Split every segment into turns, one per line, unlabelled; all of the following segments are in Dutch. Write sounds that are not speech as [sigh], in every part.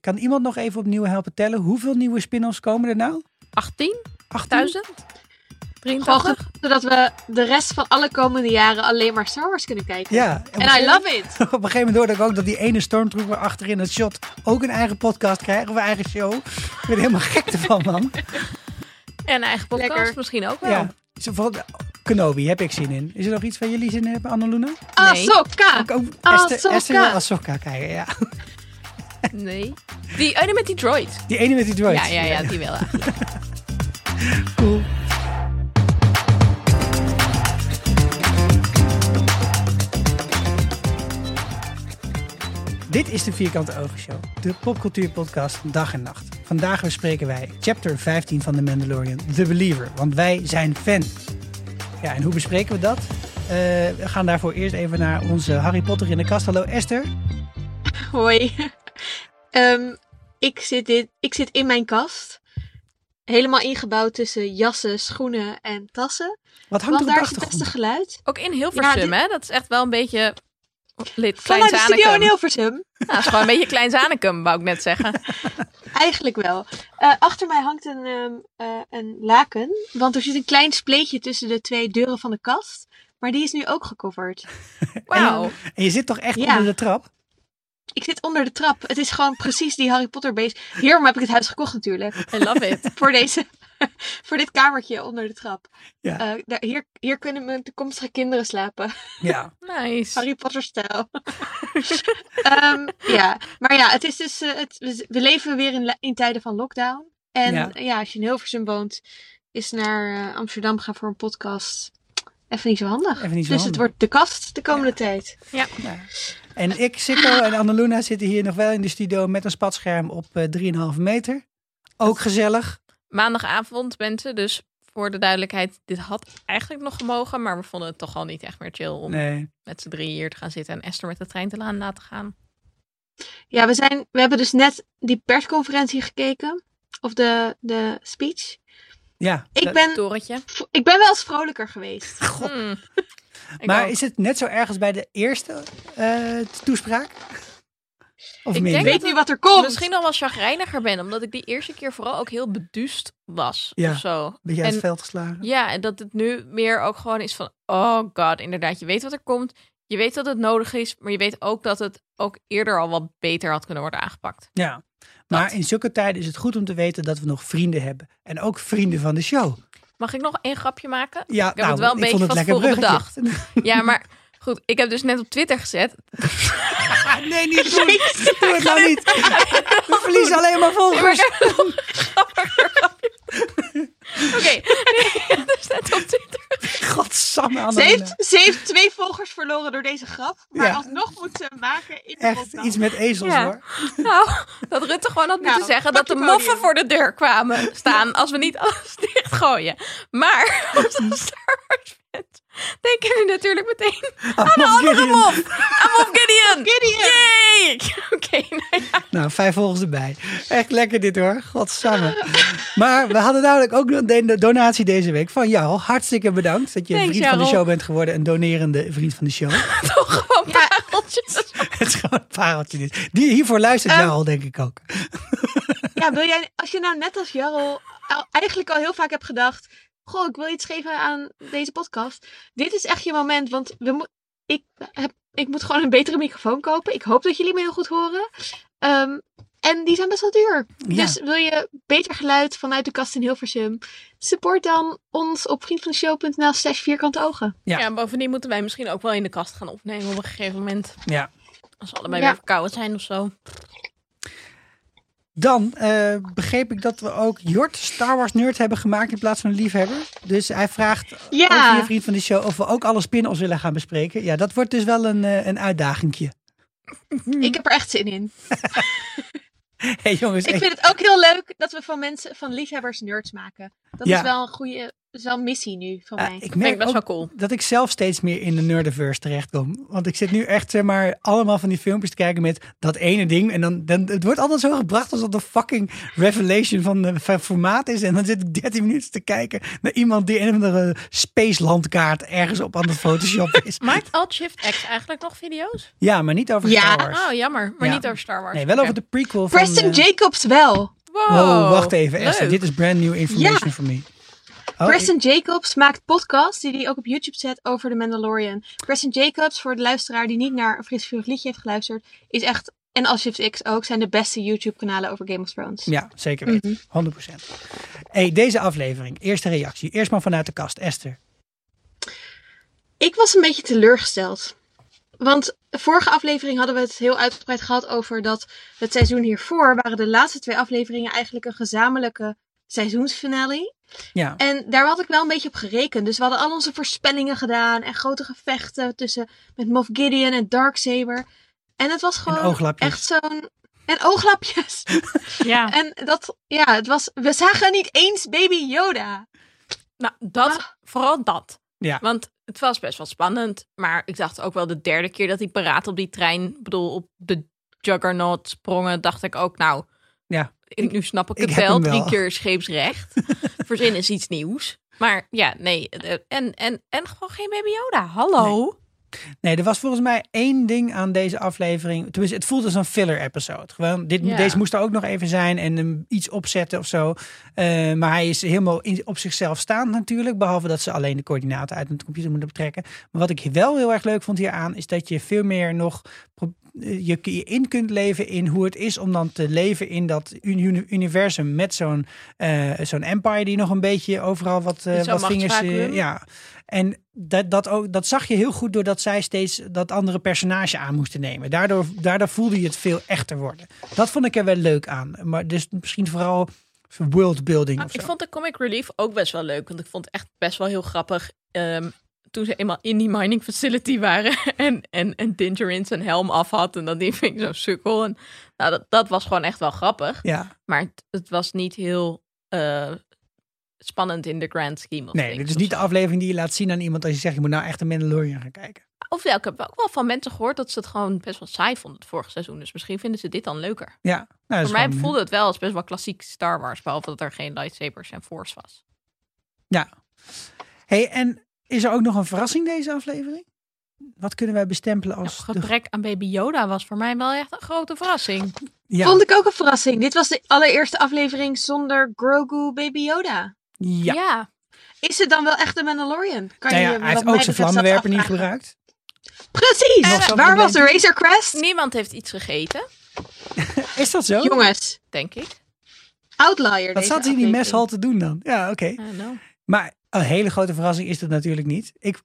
kan iemand nog even opnieuw helpen tellen? Hoeveel nieuwe spin-offs komen er nou?
18.000?
8000?
83?
Gewoon zodat we de rest van alle komende jaren alleen maar Star Wars kunnen kijken.
Ja. En
En I love it!
op een gegeven moment [laughs] hoorde ik ook dat die ene stormtrooper achterin het shot ook een eigen podcast krijgt of een eigen show. Ik ben er helemaal gek ervan, man.
En eigen podcast
Lekker.
misschien ook wel.
[laughs] Ja. Zo van- Kenobi, heb ik zin in. Is er nog iets waar jullie zin in hebben, Annaluna?
Nee.
Ahsoka!
Ook, ook
Ah. Ahsoka.
Esther, Esther wil Ahsoka kijken, ja.
Nee. Die, oh, nee, met die droid.
Die ene met die droid.
Ja, ja, ja, die wel.
[laughs]
eigenlijk.
Cool. Dit is de Vierkante Ogen Show, de popcultuurpodcast van dag en nacht. Vandaag bespreken wij chapter 15 van The Mandalorian, The Believer, want wij zijn fan. Ja, en hoe bespreken we dat? Eh, we gaan daarvoor eerst even naar onze Harry Potter in de kast. Hallo Esther.
Hoi. [laughs] Ehm, ik, zit dit, ik zit in mijn kast. Helemaal ingebouwd tussen jassen, schoenen en tassen.
Wat hangt er
Want
op de
daar is het
achtergrond?
beste geluid.
Ook in Hilversum,
Ja, dit-
hè? Dat is echt wel een beetje... Lid, klein
Vanuit de studio in
Zanenkum.
Hilversum.
Nou, dat is gewoon een beetje Klein Zanenkum, wou ik
[laughs]
net zeggen.
Eigenlijk wel. Eh, achter mij hangt een, ehm, eh, een laken. Want er zit een klein spleetje tussen de twee deuren van de kast. Maar die is nu ook gecoverd.
Wauw.
En je zit toch echt
Ja.
onder de trap?
Ik zit onder de trap. Het is gewoon precies die Harry Potter base. Hierom heb ik het huis gekocht natuurlijk. [laughs]
I
[laughs]
love it.
voor, deze, [laughs] voor dit kamertje onder de trap.
Ja.
Eh, daar, hier, hier kunnen mijn toekomstige kinderen slapen. [laughs]
Ja.
Nice.
Harry Potter-stijl. [laughs] Ehm, ja, maar ja, het is dus, eh, het, we, we leven weer in, la- in tijden van lockdown. En
Ja.
ja. als je in Hilversum woont, is naar eh, Amsterdam gaan voor een podcast even niet zo handig.
Even niet zo
dus
handig.
het wordt de kast de komende tijd.
En ik, Sikko en Annaluna zitten hier nog wel in de studio met een spatscherm op eh 3,5 meter. Ook gezellig.
Maandagavond, mensen. Dus voor de duidelijkheid, dit had eigenlijk nog gemogen. Maar we vonden het toch al niet echt meer chill om
Nee.
met z'n drieën hier te gaan zitten. En Esther met de trein te la- laten gaan.
Ja, we, zijn, we hebben dus net die persconferentie gekeken. Of de, de speech.
Ja.
Ik
dat-
ben,
Torentje.
ik ben wel eens vrolijker geweest.
God.
Hmm. Ik
Maar
ook.
is het net zo erg als bij de eerste eh, toespraak? Of
Ik
minder?
Ik
denk-
weet nu wat er komt.
misschien nog wel chagrijniger ben. Omdat ik die eerste keer vooral ook heel beduust was.
Ja.
Of zo.
Beetje uit
en-
het veld geslagen.
Ja, en dat het nu meer ook gewoon is van... Oh god, inderdaad. Je weet wat er komt. Je weet dat het nodig is. Maar je weet ook dat het ook eerder al wat beter had kunnen worden aangepakt.
Ja. Maar in zulke tijden is het goed om te weten dat we nog vrienden hebben. En ook vrienden van de show.
Mag ik nog één grapje maken?
Ja,
heb
nou,
het wel een
ik
beetje
vond het
van
lekker
tevoren
bruggetje.
Ja, maar goed. Ik heb dus net op Twitter gezet. [laughs]
[laughs] Ah, nee, niet doen. Doe het nou niet.
[laughs]
We verliezen alleen maar volgers.
Oké. [laughs] Nee, [laughs] dus net op Twitter.
Godsamme,
Ze
Annalena.
heeft, ze heeft twee volgers verloren door deze grap. Maar
eh, Ja.
alsnog moet ze hem maken in de
Echt
lockdown.
iets met ezels
Ja.
hoor.
[laughs] Nou, dat Rutte gewoon had moeten
Nou,
zeggen
pak
dat de
je podium.
moffen voor de deur kwamen staan als we niet alles [laughs] dichtgooien. Maar [laughs] als je een Star Wars bent, denken we natuurlijk meteen aan de
Moff
andere
Gideon.
mof. Aan Moff Gideon.
Gideon.
Yay! [laughs] Oké, nou ja.
Nou, vijf volgers erbij. Echt lekker dit hoor. Godsamme. Maar we hadden namelijk ook nog de donatie deze week van jou. Hartstikke bedankt dat je
Thanks,
vriend van de
Jarl.
show bent geworden. Een donerende vriend van de show. [laughs]
toch gewoon pareltjes.
Het is gewoon een pareltje dit. Die hiervoor luistert
Ehm.
Jarl denk ik ook.
Ja, wil jij, als je nou net als Jarl al- eigenlijk al heel vaak hebt gedacht... Goh, ik wil iets geven aan deze podcast. Dit is echt je moment, want we mo- ik, heb, ik moet gewoon een betere microfoon kopen. Ik hoop dat jullie me heel goed horen. Ehm, en die zijn best wel duur.
Ja.
Dus wil je beter geluid vanuit de kast in Hilversum? Support dan ons op vriendvandeshow.nl slash vierkante ogen.
Ja.
Ja. en bovendien moeten wij misschien ook wel in de kast gaan opnemen op een gegeven moment.
ja.
Als we allebei
Ja.
weer verkouden zijn of zo.
Dan eh, begreep ik dat we ook Jort Star Wars nerd hebben gemaakt in plaats van liefhebber. Dus hij vraagt
Ja.
ook je vriend van de show of we ook alle spin-offs willen gaan bespreken. Ja, dat wordt dus wel een, eh, een uitdagingje. [laughs] Hmm.
Ik heb er echt zin in.
hey, jongens,
Ik
echt.
vind het ook heel leuk dat we van mensen, van liefhebbers nerds maken. Dat
Ja.
is wel een goede is wel een missie nu van
Ja,
mij.
Ah, ik
Vind ik
merk
best
ook
wel cool.
dat ik zelf steeds meer in de nerdiverse terechtkom. Want ik zit nu echt zeg maar allemaal van die filmpjes te kijken met dat ene ding. En dan, dan het wordt altijd zo gebracht alsof dat de fucking revelation van, de, van formaat is. En dan zit ik 13 minuten te kijken naar iemand die een of andere space landkaart ergens op aan het Photoshop is.
Maakt Alt Shift X eigenlijk nog video's?
Ja, maar niet over
Ja.
Star Wars.
Oh, jammer. Maar
Ja.
niet over Star Wars.
Nee, wel
Oké.
over de prequel van...
Preston
eh,
Jacobs wel.
Wow.
Oh, wacht even Esther.
Leuk.
Dit is brand new information voor me. Oh,
Preston Jacobs maakt podcasts die hij ook op YouTube zet over The Mandalorian. Preston Jacobs, voor de luisteraar die niet naar een fris vurig liedje heeft geluisterd, is echt, en als Shift X ook, zijn de beste YouTube-kanalen over Game of Thrones.
Ja, zeker
Mhm.
weten. 100%. Hey, deze aflevering, eerste reactie. Eerst maar vanuit de kast, Esther.
Ik was een beetje teleurgesteld. Want de vorige aflevering hadden we het heel uitgebreid gehad over dat het seizoen hiervoor waren de laatste twee afleveringen eigenlijk een gezamenlijke seizoensfinale.
Ja,
En daar had ik wel een beetje op gerekend. Dus we hadden al onze voorspellingen gedaan en grote gevechten tussen met Moff Gideon en Darksaber. En het was gewoon
ooglapjes.
echt zo'n. En ooglapjes.
Ja.
en dat, ja, het was. We zagen niet eens Baby Yoda.
Nou, dat,
Ah.
vooral dat.
Ja.
Want het was best wel spannend. Maar ik dacht ook wel de derde keer dat die paraat op die trein, ik bedoel op de juggernaut sprongen, dacht ik ook, nou,
Ja.
ik, nu snap ik,
ik
het
heb
wel.
hem wel.
Drie
[laughs]
keer scheepsrecht. Verzin is iets nieuws. Maar ja, nee. eh, En, en, en gewoon geen Baby Yoda. Hallo.
nee, er was volgens mij één ding aan deze aflevering. Tenminste, het voelt als een filler episode. Gewoon, dit,
Ja.
deze moest er ook nog even zijn en hem iets opzetten of zo. Eh, maar hij is helemaal in- op zichzelf staand natuurlijk. Behalve dat ze alleen de coördinaten uit een computer moeten betrekken. Maar wat ik wel heel erg leuk vond hieraan, is dat je veel meer nog pro- eh, je je in kunt leven in hoe het is om dan te leven in dat uni- universum met zo'n eh, zo'n empire die nog een beetje overal wat, eh,
Met zo'n
wat vingers. eh,
machtsvacuüm.
ja. En dat, dat, ook, dat zag je heel goed doordat zij steeds dat andere personage aan moesten nemen. Daardoor, daardoor voelde je het veel echter worden. Dat vond ik er wel leuk aan. Maar dus misschien vooral worldbuilding
Ah,
of zo.
ik vond de comic relief ook best wel leuk. Want ik vond het echt best wel heel grappig. ehm, toen ze eenmaal in die mining facility waren. [laughs] En, en, en Dingerin zijn helm af had. En dat die ving zo'n sukkel. En, nou, dat, dat was gewoon echt wel grappig.
Ja,
Maar het, het was niet heel eh, spannend in de grand scheme of
nee, dit
things
is
of
niet de
zo.
aflevering die je laat zien aan iemand als je zegt je moet nou echt een Mandalorian gaan kijken.
Of ja, ik heb ook wel van mensen gehoord dat ze het gewoon best wel saai vonden het vorige seizoen. Dus misschien vinden ze dit dan leuker.
Ja, nou, dat is
Voor mij
gewoon-
voelde het wel als best wel klassiek Star Wars. Behalve dat er geen lightsabers en force was.
Ja. Hey, en is er ook nog een verrassing deze aflevering? Wat kunnen wij bestempelen
Nou,
als de...
gebrek aan Baby Yoda was voor mij wel echt een grote verrassing.
Ja,
Vond ik ook een verrassing. Dit was de allereerste aflevering zonder Grogu Baby Yoda.
ja.
Is het dan wel echt de Mandalorian? Kan
Nou ja,
je
hij
wat
heeft
mij
ook zijn
betreft zelfs
vlammenwerper niet
afvragen.
gebruikt. Nog
Precies!
zo'n
Waar was de
probleem.
Razor Crest?
Niemand heeft iets gegeten,
Is dat zo?
Jongens,
denk ik.
outlier
Wat
deze
Oh. zat hij in die
aflevering.
meshal te doen dan? Ja, oké.
I don't know.
Maar een hele grote verrassing is dat natuurlijk niet. Ik,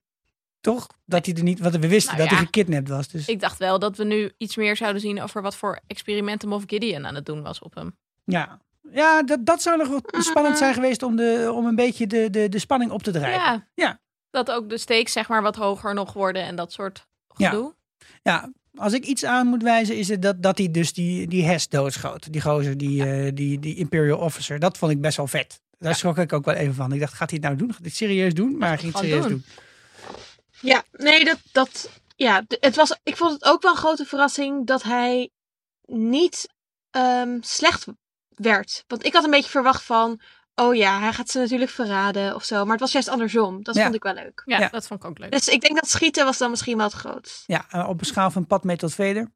toch? Dat hij er niet... Want we wisten
Nou
dat
ja.
hij gekidnapt was. Dus
Ik dacht wel dat we nu iets meer zouden zien over wat voor experimenten Moff Gideon aan het doen was op hem.
ja. Ja, dat, dat zou nog
Ah.
wel spannend zijn geweest om, de, om een beetje de, de, de spanning op te drijven.
Ja.
Ja.
Dat ook de stakes zeg maar wat hoger nog worden en dat soort
Ja.
gedoe.
Ja, als ik iets aan moet wijzen, is het dat, dat hij dus die, die Hess doodschoot. Die gozer, die, eh, die, die Imperial Officer. Dat vond ik best wel vet. Daar schrok ik ook wel even van. Ik dacht, gaat hij het nou doen? Gaat hij het serieus doen? Maar hij ging het
Gewoon
serieus doen.
Ja, nee, dat, dat, ja, d- het was, ik vond het ook wel een grote verrassing dat hij niet ehm, slecht werd. Want ik had een beetje verwacht van, oh ja, hij gaat ze natuurlijk verraden of zo. Maar het was juist andersom. Dat
Ja.
vond ik wel leuk.
Ja,
Ja.
dat vond ik ook leuk.
Dus ik denk dat schieten was dan misschien wel het grootst.
Ja, eh, op een schaal van pad mee tot veder.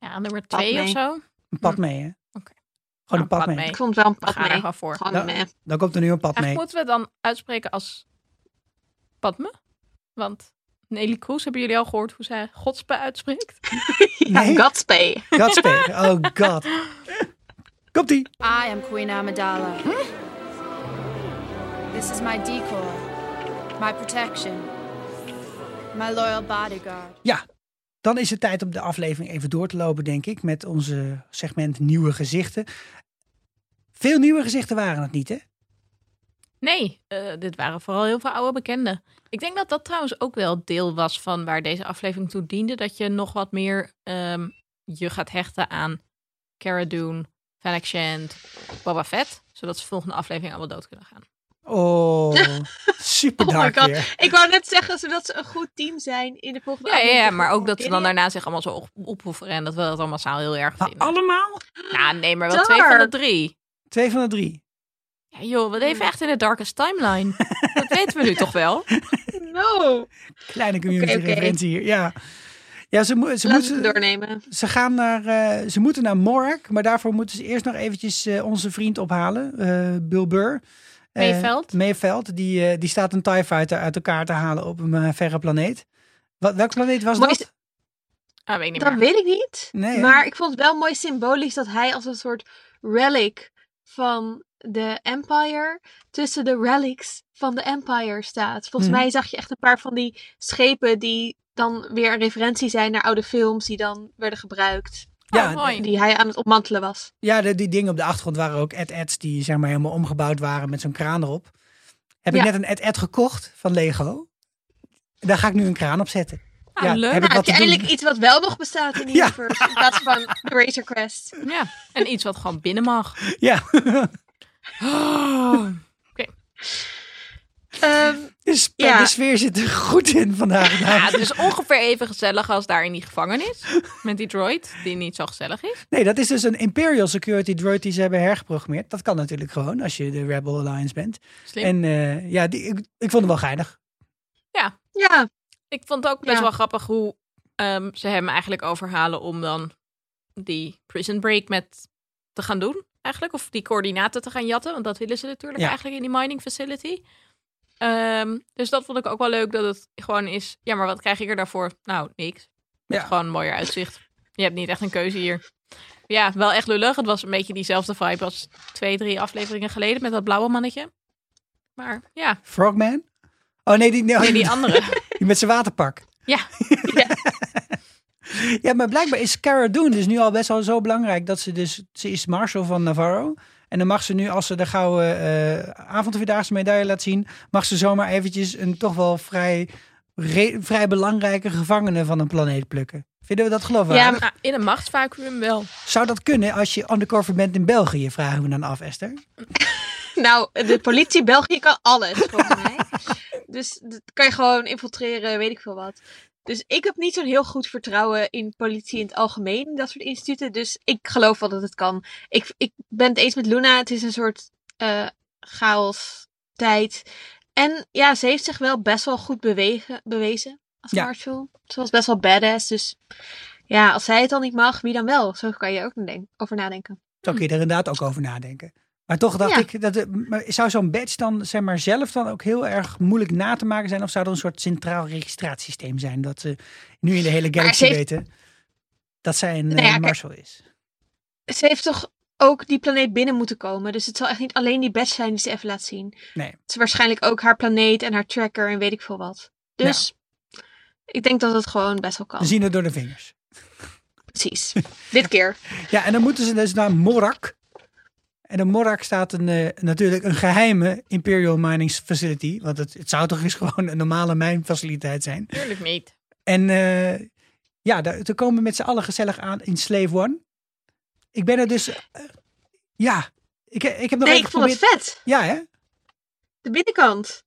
Ja, nummer
Pad
twee of
mee.
zo.
Een pad mee, hè?
Hm. Oké.
Gewoon
Nou,
een pad,
pad
mee.
mee.
Ik vond het wel een
We
pad
gaan er
mee.
gewoon voor.
Gewoon
Ja.
[laughs] meh.
Dan komt er nu een pad mee.
Eigenlijk moeten we het dan uitspreken als Padme. Want Nelly Kroes, hebben jullie al gehoord hoe zij godspe uitspreekt?
Nee,
Godspay.
dat spelen. Oh god. Komt-ie.
I am Queen Amidala. This is my decoy, my protection, my loyal bodyguard.
Ja, dan is het tijd om de aflevering even door te lopen, denk ik. Met onze segment nieuwe gezichten. Veel nieuwe gezichten waren het niet, hè?
Nee, eh, dit waren vooral heel veel oude bekenden. Ik denk dat dat trouwens ook wel deel was van waar deze aflevering toe diende. Dat je nog wat meer ehm, je gaat hechten aan Cara Dune, Fennec Shand, Boba Fett. Zodat ze volgende aflevering allemaal dood kunnen gaan.
Oh, super
Oh my
dark
God.
weer.
Ik wou net zeggen, zodat ze een goed team zijn in de volgende
Ja, ja, ja,
aflevering
maar
van
ook dat ze dan
Gideon.
daarna zich allemaal zo op- opofferen en dat we dat allemaal zo heel erg
Maar
vinden.
allemaal?
Nou, nee, maar wel twee van de
Dark.
drie.
Twee van de drie.
Ja, joh, we leven echt in de darkest [laughs] timeline. dat weten we nu toch wel?
No!
Kleine community
oké.
referentie hier, ja. Ja, ze, mo- ze,
Laten we
moeten,
het doornemen.
ze, gaan naar, eh, ze moeten naar Mork, maar daarvoor moeten ze eerst nog eventjes eh, onze vriend ophalen, eh Bulbur. Eh,
Meeveld.
Meeveld, die, eh, die staat een TIE Fighter uit elkaar te halen op een eh, verre planeet. Wat, welke planeet was
Mooi
dat?
is-
Ah, weet ik niet
Dat
meer.
weet ik niet.
Nee, hè?
maar ik vond het wel mooi symbolisch dat hij als een soort relic van de Empire tussen de relics van de Empire staat. Volgens
Mhm.
mij zag je echt een paar van die schepen die dan weer een referentie zijn naar oude films die dan werden gebruikt.
Oh,
ja,
mooi.
Die hij aan het opmantelen was.
ja de- die dingen op de achtergrond waren ook ad-ads die zeg maar helemaal omgebouwd waren met zo'n kraan erop. Heb
Ja.
ik net een ad-ad gekocht van Lego. Daar ga ik nu een kraan op zetten.
Nou,
ja,
leuk.
heb ik
Nou,
wat
heb je
te doen.
eindelijk iets wat wel nog
[laughs]
bestaat in de
Ja.
universe in plaats van de Razor Crest.
Ja, en iets wat gewoon binnen [gasps] mag.
Ja. [laughs]
Ehm,
De, sp-
Ja.
Dus de sfeer zit er goed in
[laughs]
vandaag. [laughs]
Ja, het is ongeveer even gezellig als daar in die gevangenis. Met die droid, die niet zo gezellig is.
Nee, dat is dus een Imperial Security Droid die ze hebben hergeprogrammeerd. Dat kan natuurlijk gewoon als je de Rebel Alliance bent.
Slim.
En eh, ja, die, ik, ik vond hem wel geinig.
ja,
Ik vond het ook best
Ja.
wel grappig hoe ehm, ze hem eigenlijk overhalen om dan die prison break met te gaan doen, eigenlijk. Of die coördinaten te gaan jatten, want dat willen ze natuurlijk
Ja.
eigenlijk in die mining facility. Ehm, dus dat vond ik ook wel leuk, dat het gewoon is... Ja, maar wat krijg ik er daarvoor? Nou, niks.
Ja.
Gewoon een mooier uitzicht. Je hebt niet echt een keuze hier. Ja, wel echt lullig. Het was een beetje diezelfde vibe als twee, drie afleveringen geleden met dat blauwe mannetje. Maar ja,
Frogman? Oh nee, die, nee,
weer die andere. [laughs]
die met zijn waterpak.
Ja.
Ja, maar blijkbaar is Cara Dune dus nu al best wel zo belangrijk dat ze dus... Ze is Marshal van Navarro. En dan mag ze nu, als ze de gouden eh avondvierdaagse medaille laat zien... mag ze zomaar eventjes een toch wel vrij, re- vrij belangrijke gevangene van een planeet plukken. Vinden we dat geloofwaardig?
Ja,
Nou, in een machtsvacuum wel.
Zou dat kunnen als je undercover bent in België? Vragen we dan af, Esther.
nou, de politie België kan alles, volgens mij. Dus dat kan je gewoon infiltreren, weet ik veel wat. Dus ik heb niet zo'n heel goed vertrouwen in politie in het algemeen, dat soort instituten. Dus ik geloof wel dat het kan. Ik, ik ben het eens met Luna, het is een soort eh, chaos tijd. En ja, ze heeft zich wel best wel goed bewegen, bewezen als
Ja.
marshal. Ze was best wel badass, dus ja, als zij het dan niet mag, wie dan wel? Zo kan je ook nadenken- over nadenken.
Zou ik je er inderdaad ook over nadenken. Maar toch dacht
Hm. Ja.
ik, dat, het- maar zou zo'n badge dan zeg maar, zelf dan ook heel erg moeilijk na te maken zijn? Of zou er een soort centraal registratiesysteem zijn? Dat ze nu in de hele galaxy
ze heeft-
weten dat zij een
Nou
eh,
ja, kijk.
marshal is.
ze heeft toch ook die planeet binnen moeten komen. Dus het zal echt niet alleen die badge zijn die ze even laat zien.
Nee.
Het is waarschijnlijk ook haar planeet en haar tracker en weet ik veel wat. Dus ik denk dat het gewoon best wel kan.
We zien het door de vingers.
Precies. [laughs] Dit keer.
Ja, en dan moeten ze dus naar Morak. En in Morak staat een, eh, natuurlijk een geheime Imperial Mining Facility. Want het, het zou toch eens gewoon een normale mijnfaciliteit zijn.
Tuurlijk niet.
En eh, ja, daar, te komen we met z'n allen gezellig aan in Slave One. Ik ben er dus... eh, ja, ik, ik heb nog
Nee,
even
ik vond het
geprobeerd...
vet.
Ja, hè?
De binnenkant.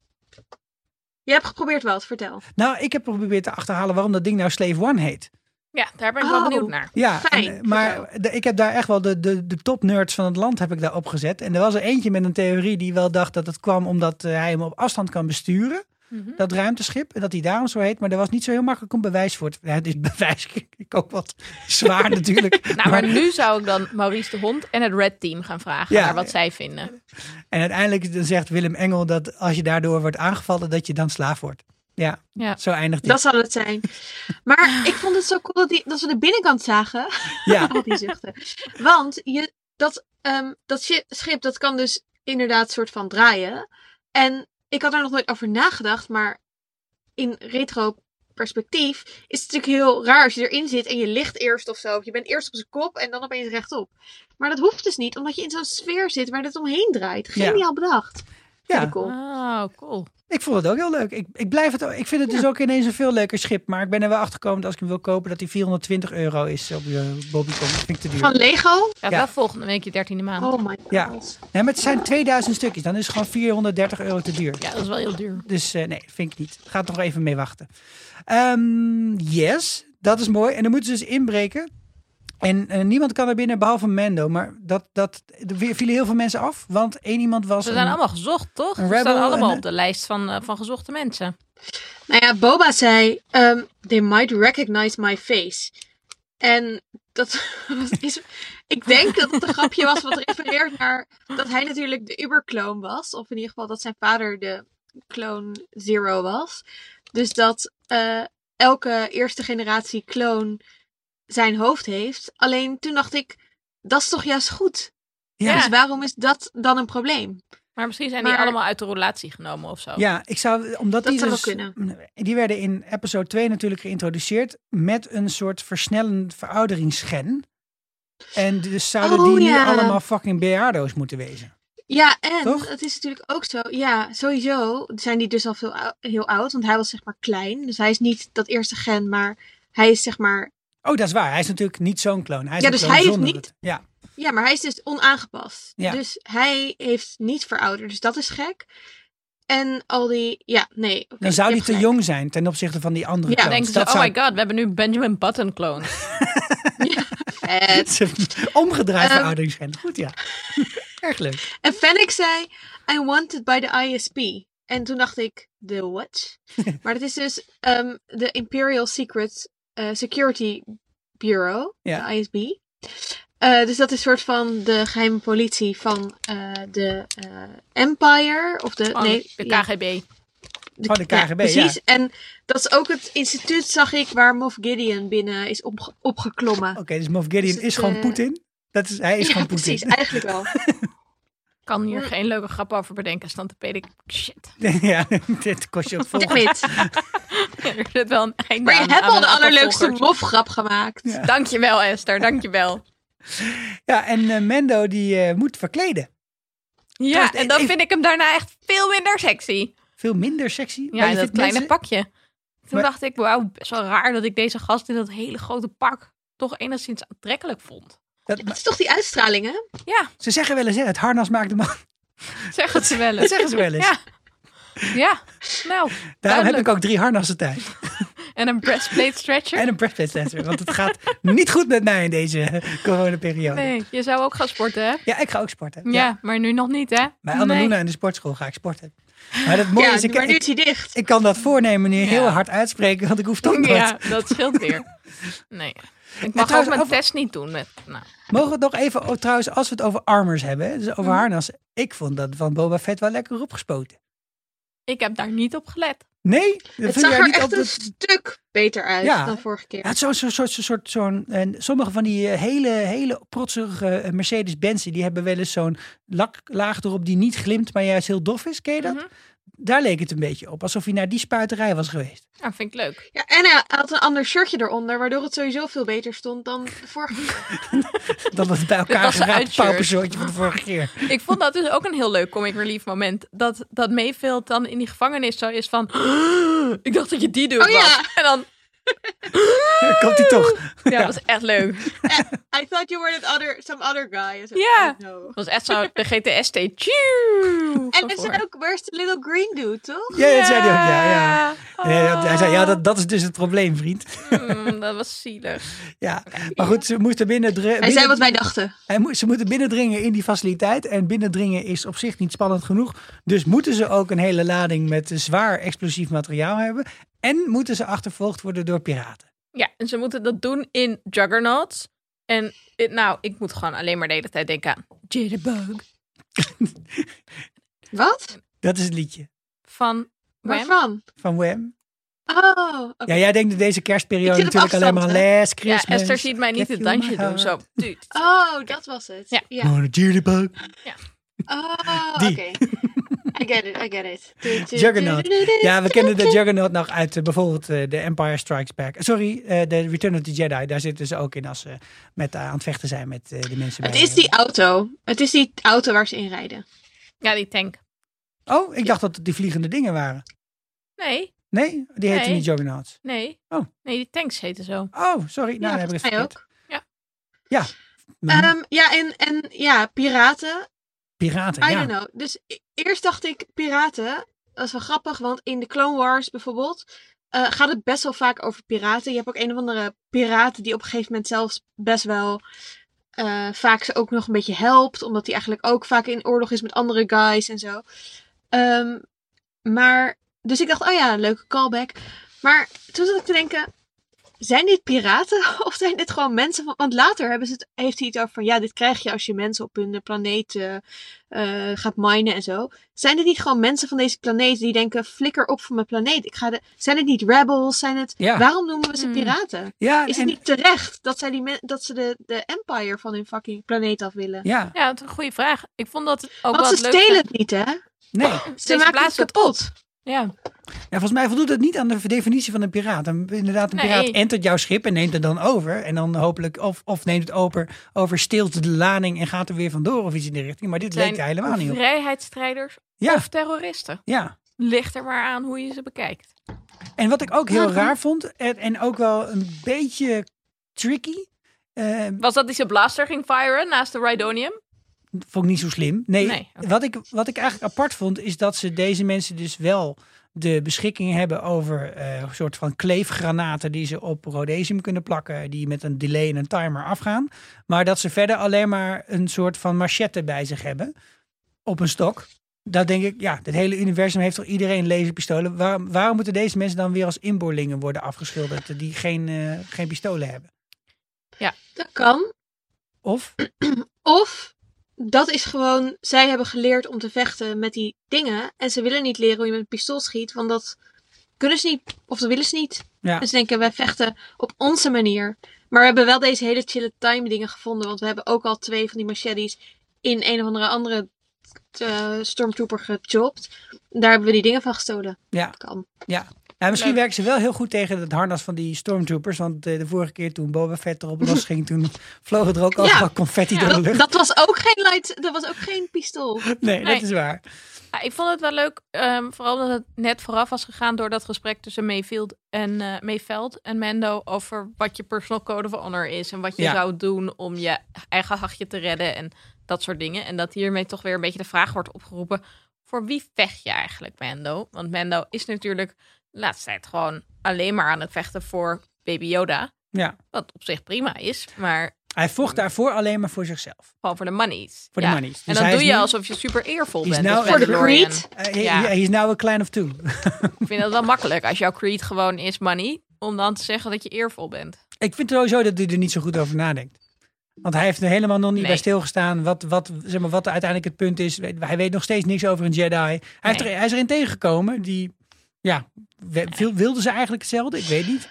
Je hebt geprobeerd wat, vertel.
Nou, ik heb geprobeerd te achterhalen waarom dat ding nou Slave One heet.
Ja, daar ben ik wel
Oh.
benieuwd naar.
Ja,
Fijn,
en, eh, maar de- ik heb daar echt wel de, de, de topnerds van het land heb ik daar opgezet. En er was er eentje met een theorie die wel dacht dat het kwam omdat eh, hij hem op afstand kan besturen.
Mhm.
Dat ruimteschip. En dat hij daarom zo heet. Maar er was niet zo heel makkelijk een bewijs voor. te- [laughs] Ja, het is bewijs. Ik ook wat zwaar natuurlijk.
Nou, maar nu zou ik dan Maurice de Hond en het Red Team gaan vragen
Ja.
naar wat zij vinden.
En uiteindelijk zegt Willem Engel dat als je daardoor wordt aangevallen, dat je dan slaaf wordt. Ja,
Ja.
zo eindigt
Dat
het.
zal het zijn.
[laughs]
Maar ik vond het zo cool dat, die, dat we de binnenkant zagen.
Ja,
[laughs] Al die zuchten. Want je, dat, ehm, dat shi- schip dat kan dus inderdaad soort van draaien. En ik had daar nog nooit over nagedacht, maar in retro perspectief is het natuurlijk heel raar als je erin zit en je ligt eerst of zo. Je bent eerst op zijn kop en dan opeens rechtop. Maar dat hoeft dus niet, omdat je in zo'n sfeer zit waar het omheen draait. Geniaal bedacht.
ja.
Vind ik cool.
Oh, cool.
Ik vond het ook heel leuk. Ik, ik, blijf het, ook- ik vind het dus ook ineens een veel leuker schip. Maar ik ben er wel achter gekomen dat als ik hem wil kopen, dat hij 420 euro is op je Bobbycom. Dat vind ik te duur.
Van Lego?
Ja.
Ja, wel volgende week je dertiende maand.
Oh my god.
Ja. Nee, maar het zijn 2000 stukjes. Dan is het gewoon 430 euro te duur.
Ja, dat is wel heel duur.
Dus eh, nee, vind ik niet. Gaat nog even mee wachten. Ehm, yes, dat is mooi. En dan moeten ze dus inbreken. En eh, niemand kan er binnen behalve Mendo. Maar dat, dat, er vi- vielen heel veel mensen af. Want één iemand was.
Ze zijn
een-
allemaal gezocht, toch?
een
Ze staan
rebel
allemaal
en-
op de lijst van, eh, van gezochte mensen.
Nou ja, Boba zei, ehm, they might recognize my face. En dat [laughs] was- is, ik denk dat het een grapje was wat refereert naar dat hij natuurlijk de Uber-kloon was. Of in ieder geval dat zijn vader de kloon Zero was. Dus dat eh, elke eerste generatie kloon zijn hoofd heeft. Alleen toen dacht ik, dat is toch juist goed?
Ja.
Dus waarom is dat dan een probleem?
Maar misschien zijn
Maar-
die allemaal uit de relatie genomen of zo.
Ja, ik zou, omdat
Dat
die
zou
dus,
wel kunnen.
die werden in episode 2 natuurlijk geïntroduceerd met een soort versnellend verouderingsgen. En dus zouden
Oh,
die nu
ja.
allemaal fucking bejaardo's moeten wezen.
Ja, en
Toch?
het is natuurlijk ook zo. Ja, sowieso zijn die dus al veel, ou- heel oud. Want hij was zeg maar klein. Dus hij is niet dat eerste gen, maar hij is zeg maar.
Oh, dat is waar. Hij is natuurlijk niet zo'n kloon. Hij is
Ja,
een
dus
kloon
hij is
zonder
niet-
het- Ja.
Ja, maar hij is dus onaangepast.
Ja.
Dus hij heeft niet verouderd. Dus dat is gek. En al die. Ja, nee. oké,
Dan zou
je
die
hebt
te
gelijk.
jong zijn ten opzichte van die andere
Ja,
kloons.
denken ze,
dat
oh
zou
my god, we hebben nu Benjamin Button kloon.
Vet.
Ze- [laughs] omgedraaid
Ehm.
verouderingsgen. Goed, ja. [laughs] Erg leuk.
En Fennec zei: I wanted by the ISP. En toen dacht ik: The what? maar dat is dus ehm, de Imperial Secret eh, Security Bureau,
Ja.
de ISB. Eh, dus dat is een soort van de geheime politie van eh, de eh, Empire. Of de,
Van
nee,
de
ja,
KGB.
Van de KGB, ja.
precies. En dat is ook het instituut, zag ik, waar Moff Gideon binnen is opge- opgeklommen.
Oké, dus Moff Gideon
Dus
is
het,
gewoon
eh,
Poetin. Dat is, hij is
ja,
gewoon
precies.
Poetin.
Eigenlijk wel.
Kan hier geen leuke grap over bedenken, stand de pedik. Shit. [laughs]
[laughs] ja, dit kost je ook vol.
Damn it.
Er zit wel een einde
Maar je
aan-
hebt
aan
al de
aantal
allerleukste
volgers.
mofgrap gemaakt.
Dankjewel Esther, dankjewel.
Ja, en eh, Mendo die eh, moet verkleden.
Ja,
Dus,
en dan
ik-
vind ik hem daarna echt veel minder sexy.
Veel minder sexy. Maar
Ja,
je
in dat
vindt
kleine
mensen-
pakje. Toen
Maar-
dacht ik, wauw, best wel raar dat ik deze gast in dat hele grote pak toch enigszins aantrekkelijk vond.
dat-
Het is toch die uitstraling, hè?
Ja,
ze zeggen wel eens, hè, het harnas maakt de [laughs] man.
zeg het ze wel
Dat
eens.
zeggen ze wel eens.
Ja. ja, nou,
Daarom heb
duidelijk.
ik ook drie harnassen thuis.
En een breastplate stretcher.
En een breastplate sensor. Want het gaat niet goed met mij in deze eh, coronaperiode.
Nee, je zou ook gaan sporten, hè? Ja,
Ja, ik ga ook sporten.
maar nu nog niet, hè?
Bij Anne
Nee.
Luna in de sportschool ga ik sporten. Maar het mooie
ja,
is, dus ik,
maar nu
ik,
is hij dicht.
ik kan dat voornemen nu heel
Ja.
hard uitspreken, want ik hoef toch nooit.
[laughs] Ja, dat scheelt
[laughs]
weer. Nee. Ik mag
trouwens,
ook mijn
over-
test niet doen. Met, nou,
Mogen we het nog even, oh, trouwens, als we het over armors hebben, hè, dus
Mhm.
over harnassen. Ik vond dat van Boba Fett wel lekker opgespoten.
ik heb daar niet op gelet.
Nee, dat
Het
viel
zag
jij
er
niet
echt
op
een
dat-
stuk beter uit
Ja.
dan vorige keer.
Ja, het is zo'n soort, soort, soort, zo'n, en sommige van die eh, hele, hele protserige eh, Mercedes-Benz, die hebben wel eens zo'n laklaag erop die niet glimt, maar juist heel dof is. Ken je dat?
Mhm.
Daar leek het een beetje op, alsof hij naar die spuiterij was
[laughs]
geweest.
Nou, vind ik leuk.
Ja, en hij had een ander shirtje eronder, waardoor het sowieso veel beter stond dan de vorige
[laughs]
keer.
Dat was bij elkaar
was een
geraapt
uitshirt.
paupersoortje van de vorige keer.
Ik vond dat dus ook een heel leuk comic relief moment. Dat, dat Mayfield dan in die gevangenis zo is van... [gasps] Ik dacht dat je die dude
Oh ja.
was. En dan...
Daar komt hij toch.
Ja, dat was echt
[laughs]
leuk. Dat
Eh, I thought you were that other, some other guy. Is it?
Ja.
Oh, no.
was echt zo de GTST. Tjoe!
En het zijn ook, where's the little green dude, toch?
Ja, dat zei hij ook. Ja, ja.
Ah.
Nee, dat- hij zei, ja dat, dat is dus het probleem, vriend.
Mm, dat was zielig.
Ja. Maar goed, ze moesten binnen...
Hij zei wat wij dachten.
Hij moet- ze moeten binnendringen in die faciliteit. En binnendringen is op zich niet spannend genoeg. Dus moeten ze ook een hele lading met zwaar explosief materiaal hebben. En moeten ze achtervolgd worden door piraten.
Ja, en ze moeten dat doen in Juggernauts. En eh, nou, ik moet gewoon alleen maar de hele tijd denken aan... Jitterbug
Wat?
Dat is het liedje
van Wham.
Waarvan?
van Wham.
Oh, oké.
Ja, jij denkt dat deze kerstperiode
Ik zit op
natuurlijk alleen maar aan
afstand,
last
Ja,
Christmas.
Esther ziet mij niet
Give
het
you my
dansje doen. Zo,
heart.
dude.
Oh, dat was het.
Ja.
Gewoon een jitterbug.
Oh, oké.
Die.
I get it, I get it. Du- du-
Juggernaut.
du- du- du-
Ja, we kennen de Juggernaut nog uit eh, bijvoorbeeld eh, de Empire Strikes Back. Sorry, eh, de Return of the Jedi. Daar zitten ze ook in als ze met, eh, aan het vechten zijn met eh, de mensen
Het
bij.
is die auto. Het is die auto waar ze in rijden.
Ja, die tank.
Oh, ik dacht dat het die vliegende dingen waren.
Nee,
Nee, die heten
Nee.
niet Juggernauts.
nee.
Oh.
Nee, die tanks heten zo.
Oh, sorry. Nou, dan heb ik
volgens
het
mij
verkeerd.
ook.
Maar
Ehm, ja, en, en ja, piraten.
piraten,
I
ja.
don't know. Dus e- eerst dacht ik piraten. Dat is wel grappig, want in de Clone Wars bijvoorbeeld eh, gaat het best wel vaak over piraten. Je hebt ook een of andere piraten die op een gegeven moment zelfs best wel eh, vaak ze ook nog een beetje helpt. Omdat hij eigenlijk ook vaak in oorlog is met andere guys en zo. Ehm, maar, dus ik dacht, oh ja, een leuke callback. Maar toen zat ik te denken, zijn dit piraten [laughs] of zijn dit gewoon mensen? Van, want later hebben ze het, heeft hij het over van, ja, dit krijg je als je mensen op hun planeet eh, eh, gaat minen en zo. Zijn dit niet gewoon mensen van deze planeet die denken, flikker op van mijn planeet. Ik ga de, zijn het niet rebels? Zijn het,
Ja.
Waarom noemen we ze
Hmm.
piraten?
Ja,
Is
en-
het niet terecht dat, zij die men- dat ze de, de empire van hun fucking planeet af willen?
Ja,
Ja, dat is een goede vraag. Ik vond dat ook
Want
wel
ze
het leukste-
stelen het niet, hè?
nee.
Ze
Deze
maken het
plaatsen
kapot.
Ja,
Ja, volgens mij voldoet het niet aan de definitie van een piraat. Een, inderdaad, een
Nee.
piraat entert jouw schip en neemt het dan over. En dan hopelijk, of, of neemt het over, oversteelt de lading en gaat er weer vandoor of iets in die richting. Maar dit
zijn
leek er helemaal niet op.
vrijheidsstrijders
Ja,
of terroristen.
ja.
Ligt er maar aan hoe je ze bekijkt.
En wat ik ook heel
Nou, goed.
raar vond, en, en ook wel een beetje tricky, eh,
Was dat die zijn blaster ging firen naast de Rhydonium?
vond ik niet zo slim. Nee,
Nee, oké.
wat, ik, wat ik eigenlijk apart vond, is dat ze deze mensen dus wel de beschikking hebben over eh, een soort van kleefgranaten die ze op rhodesium kunnen plakken, die met een delay en een timer afgaan. Maar dat ze verder alleen maar een soort van machette bij zich hebben op een stok. Dat denk ik, ja, het hele universum heeft toch iedereen laserpistolen. Waarom, waarom moeten deze mensen dan weer als inboorlingen worden afgeschilderd die geen, eh, geen pistolen hebben?
Dat kan.
Of?
Of dat is gewoon, zij hebben geleerd om te vechten met die dingen. En ze willen niet leren hoe je met een pistool schiet, want dat kunnen ze niet. Of dat willen ze niet.
Ja.
Dus ze denken, wij vechten op onze manier. Maar we hebben wel deze hele chille time dingen gevonden. Want we hebben ook al twee van die machetes in een of andere andere eh, stormtrooper gejopt. Daar hebben we die dingen van gestolen.
Ja.
Kan.
Ja. Ja, misschien
Leuk.
werken ze wel heel goed tegen het harnas van die stormtroopers. Want eh, de vorige keer toen Boba Fett erop los ging, toen vlogen er ook al
Ja.
wat confetti door de
Dat,
lucht.
dat was ook geen light, dat was ook geen pistool.
nee,
Nee.
dat is waar.
Ja, ik vond het wel leuk, ehm, vooral omdat het net vooraf was gegaan door dat gesprek tussen Mayfield en eh, Mayveld en Mando over wat je personal code of honor is en wat je
Ja.
zou doen om je eigen hachje te redden en dat soort dingen. En dat hiermee toch weer een beetje de vraag wordt opgeroepen: voor wie vecht je eigenlijk, Mando? Want Mando is natuurlijk de laatste tijd gewoon alleen maar aan het vechten voor Baby Yoda.
Ja.
Wat op zich prima is, maar
Hij vocht daarvoor alleen maar voor zichzelf.
gewoon voor de monies.
Voor de
Ja.
money. Dus
En dan
hij
doe
is
je
nu-
alsof je super eervol
He's
bent.
now
als
at the
Mandalorian.
creed.
Eh, hij-
Ja.
Hij is nou een klein of two.
Ik vind het wel makkelijk als jouw creed gewoon is money. Om dan te zeggen dat je eervol bent.
[laughs] Ik vind sowieso dat hij er niet zo goed over nadenkt. Want hij heeft er helemaal nog niet
Nee.
bij stilgestaan wat, wat, zeg maar, wat uiteindelijk het punt is. Hij weet nog steeds niks over een Jedi. Hij, heeft er,
Nee.
hij is erin tegengekomen die, ja, we- wil- wilden ze eigenlijk hetzelfde? Ik weet niet.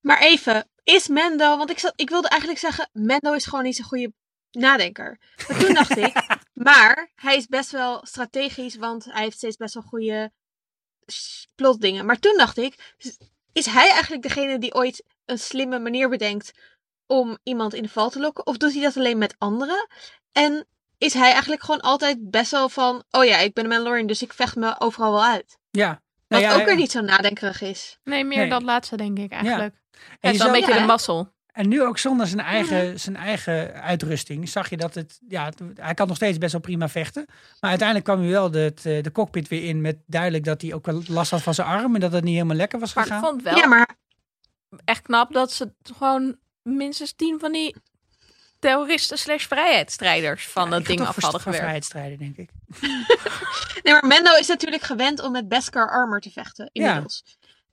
Maar even, is Mendo, want ik, zat, ik wilde eigenlijk zeggen, Mendo is gewoon niet zo'n goede nadenker. Maar toen dacht
[laughs]
ik, maar hij is best wel strategisch, want hij heeft steeds best wel goede s- plotdingen. Maar toen dacht ik, is hij eigenlijk degene die ooit een slimme manier bedenkt om iemand in de val te lokken? Of doet hij dat alleen met anderen? En is hij eigenlijk gewoon altijd best wel van, oh ja, ik ben een Mandalorian, dus ik vecht me overal wel uit.
Ja.
Wat
Nou ja,
ook weer niet zo nadenkerig is.
Nee, meer
Nee.
dat laatste denk ik eigenlijk. Het
en je
is wel een
zou-
beetje
Ja,
de
hè?
mazzel.
En nu ook zonder zijn eigen, zijn eigen uitrusting zag je dat het, ja, het- hij kan nog steeds best wel prima vechten. Maar uiteindelijk kwam hij wel de, het, eh, de cockpit weer in met duidelijk dat hij ook wel last had van zijn arm en dat het niet helemaal lekker was
Maar ik
gegaan.
vond wel
Ja, maar
echt knap dat ze gewoon minstens tien van die terroristen slash vrijheidsstrijders van dat
Ik ga
ding
toch
af
voor-
hadden
voor
gewerkt.
vrijheidsstrijden, denk ik.
Nee, maar Mendo is natuurlijk gewend om met Beskar armor te vechten, inmiddels.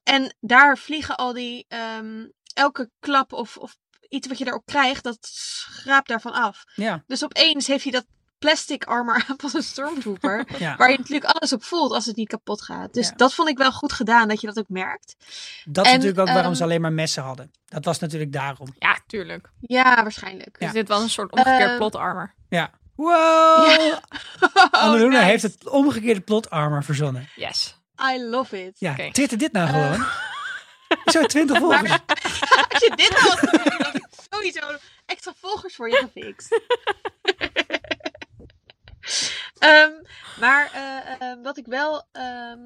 En daar vliegen al die... ehm, elke klap of, of iets wat je daarop krijgt, dat schraapt daarvan af.
Ja,
Dus opeens heeft hij dat plastic armor [laughs] aan van een stormtrooper.
[laughs] ja.
waar je natuurlijk alles op voelt als het niet kapot gaat. Dus
Ja.
dat vond ik wel goed gedaan, dat je dat ook merkt.
dat is
en,
natuurlijk ook waarom ze
ehm,
alleen maar messen hadden. Dat was natuurlijk daarom.
Ja, tuurlijk.
Ja, waarschijnlijk. [laughs]
Dus
Ja.
dit was een soort omgekeerd
Eh,
plot armor.
Ja. Wow! [laughs]
Ja. Oh,
Oh,
Anneluna
nice.
heeft het omgekeerde plot armor verzonnen.
Yes.
I love it.
Ja,
Oké.
twitter dit nou
Eh.
gewoon. Zo,
[laughs]
20 volgers.
Als je dit nou had gedaan, dan had ik sowieso
[laughs]
extra volgers voor je gefixt. Ehm, Maar eh, eh, wat ik wel ehm,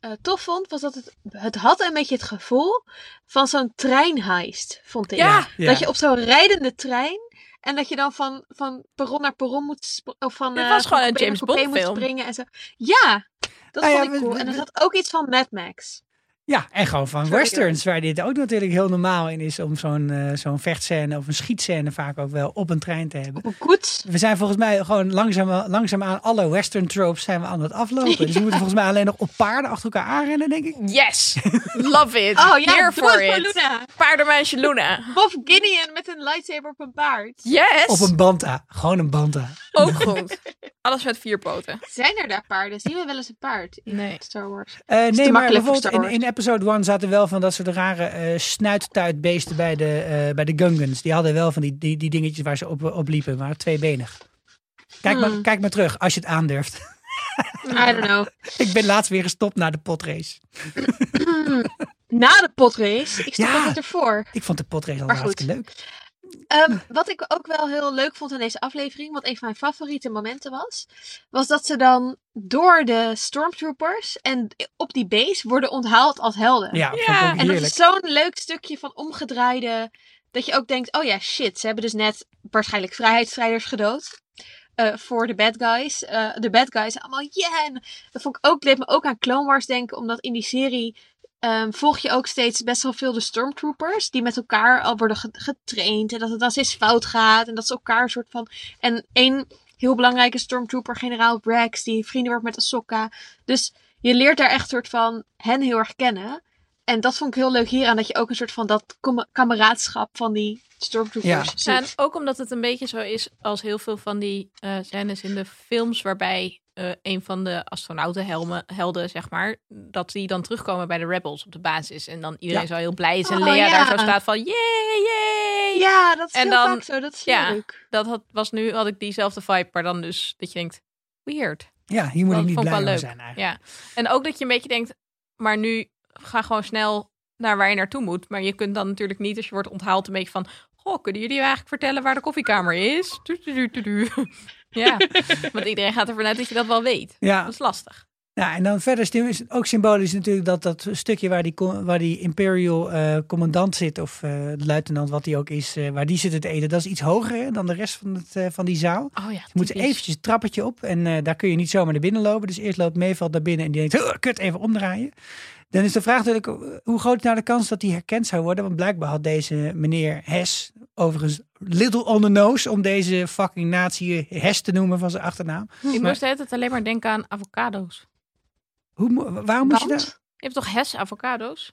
eh, tof vond, was dat het, het had een beetje het gevoel van zo'n treinheist, vond ik.
Ja.
Ja.
Dat je op zo'n rijdende trein en dat je dan van, van perron naar perron moet sp- of van,
Dit
eh,
was
van
gewoon een
coupé naar
James
coupé
Bond
moet
film.
springen en zo. Ah Ja, dat
Nou ja,
vond ik
we-
cool.
we-
En er
we-
zat ook iets van Mad Max.
Ja, en gewoon van
Sorry.
westerns, waar dit ook natuurlijk heel normaal in is om zo'n eh, zo'n vechtscène of een schietscène vaak ook wel op een trein te hebben.
Op een koets.
We zijn volgens mij gewoon langzaam, langzaamaan alle western tropes zijn we aan het aflopen. Dus we moeten volgens mij alleen nog op paarden achter elkaar aanrennen, denk ik. [laughs]
Yes! Love it!
Oh ja,
Here
doe
for
het voor
it.
Luna.
Paardenmeisje Luna.
Bob Gideon met een lightsaber op een paard.
Yes!
Op een banta. Gewoon een banta. [laughs]
Ook goed. Alles met vier poten.
Zijn er daar paarden? Zien we wel eens een paard in
Nee.
Star Wars?
Eh, nee,
te
maar
makkelijk voor
bijvoorbeeld in,
Star
in episode 1 zaten wel van dat soort rare eh snuittuitbeesten bij de, eh, bij de Gungans. Die hadden wel van die, die, die dingetjes waar ze op, op liepen, maar tweebenig. Kijk, maar,
Hmm.
kijk maar terug, als je het aandurft.
I don't know.
ik ben laatst weer gestopt na de potrace.
Na de potrace. Ik stond
Ja.
altijd ervoor.
Ik vond de potrace al
Maar
hartstikke leuk.
Ehm, wat ik ook wel heel leuk vond aan deze aflevering, wat een van mijn favoriete momenten was, was dat ze dan door de stormtroopers en op die base worden onthaald als helden.
Ja,
Ja.
vond ik ook
en dat
heerlijk.
is zo'n leuk stukje van omgedraaide, dat je ook denkt, oh ja, shit, ze hebben dus net waarschijnlijk vrijheidsstrijders gedood. eh, Voor de bad guys. Eh, De bad guys allemaal, yeah! En dat vond ik ook, deed me ook aan Clone Wars denken, omdat in die serie ehm, volg je ook steeds best wel veel de stormtroopers. Die met elkaar al worden ge- getraind. En dat het dan steeds fout gaat. En dat ze elkaar een soort van. En één heel belangrijke stormtrooper, generaal Brax, die vrienden wordt met Ahsoka. Dus je leert daar echt soort van hen heel erg kennen. En dat vond ik heel leuk hieraan, dat je ook een soort van dat kom- kameraadschap van die stormtroopers
Ja.
ziet.
Ja, en ook omdat het een beetje zo is als heel veel van die eh scènes in de films waarbij eh, een van de astronautenhelmen, helden, zeg maar, dat die dan terugkomen bij de Rebels op de basis. En dan iedereen
Ja.
zo heel blij is en
Oh,
Lea
ja.
daar zo staat van, yay, yay.
Ja, dat is
En
heel
dan-
vaak zo. Dat is
ja.
heel leuk.
Dat had, was nu, had ik diezelfde vibe, maar dan dus dat je denkt, weird.
Ja, hier moet
Dat
ik niet
vond
blij
ik wel
om
leuk.
zijn eigenlijk.
Ja. En ook dat je een beetje denkt, maar nu ga gewoon snel naar waar je naartoe moet. Maar je kunt dan natuurlijk niet, als je wordt onthaald, een beetje van, goh, kunnen jullie eigenlijk vertellen waar de koffiekamer is? Du- du- du- du- du. [laughs] Ja, want iedereen gaat ervan uit dat je dat wel weet.
Ja.
Dat is lastig.
Ja, en dan verder stim- is het ook symbolisch natuurlijk dat dat stukje waar die, co- waar die Imperial eh, commandant zit, of eh, de luitenant wat hij ook is, eh, waar die zit het eten, dat is iets hoger hè, dan de rest van, het, eh, van die zaal.
Oh ja,
Je moet eventjes het trappetje op en eh, daar kun je niet zomaar naar binnen lopen. Dus eerst loopt Meeveld naar binnen en die denkt, "Huh, kut, even omdraaien. Dan is de vraag natuurlijk, eh, hoe groot is nou de kans dat hij herkend zou worden? Want blijkbaar had deze meneer Hess, overigens little on the nose, om deze fucking nazi Hess te noemen van zijn achternaam.
Ik
Maar-
moest de hele tijd alleen maar denken aan avocado's.
Hoe, mo- waarom moest Oh, je
Want?
daar...
Je hebt toch hes avocado's?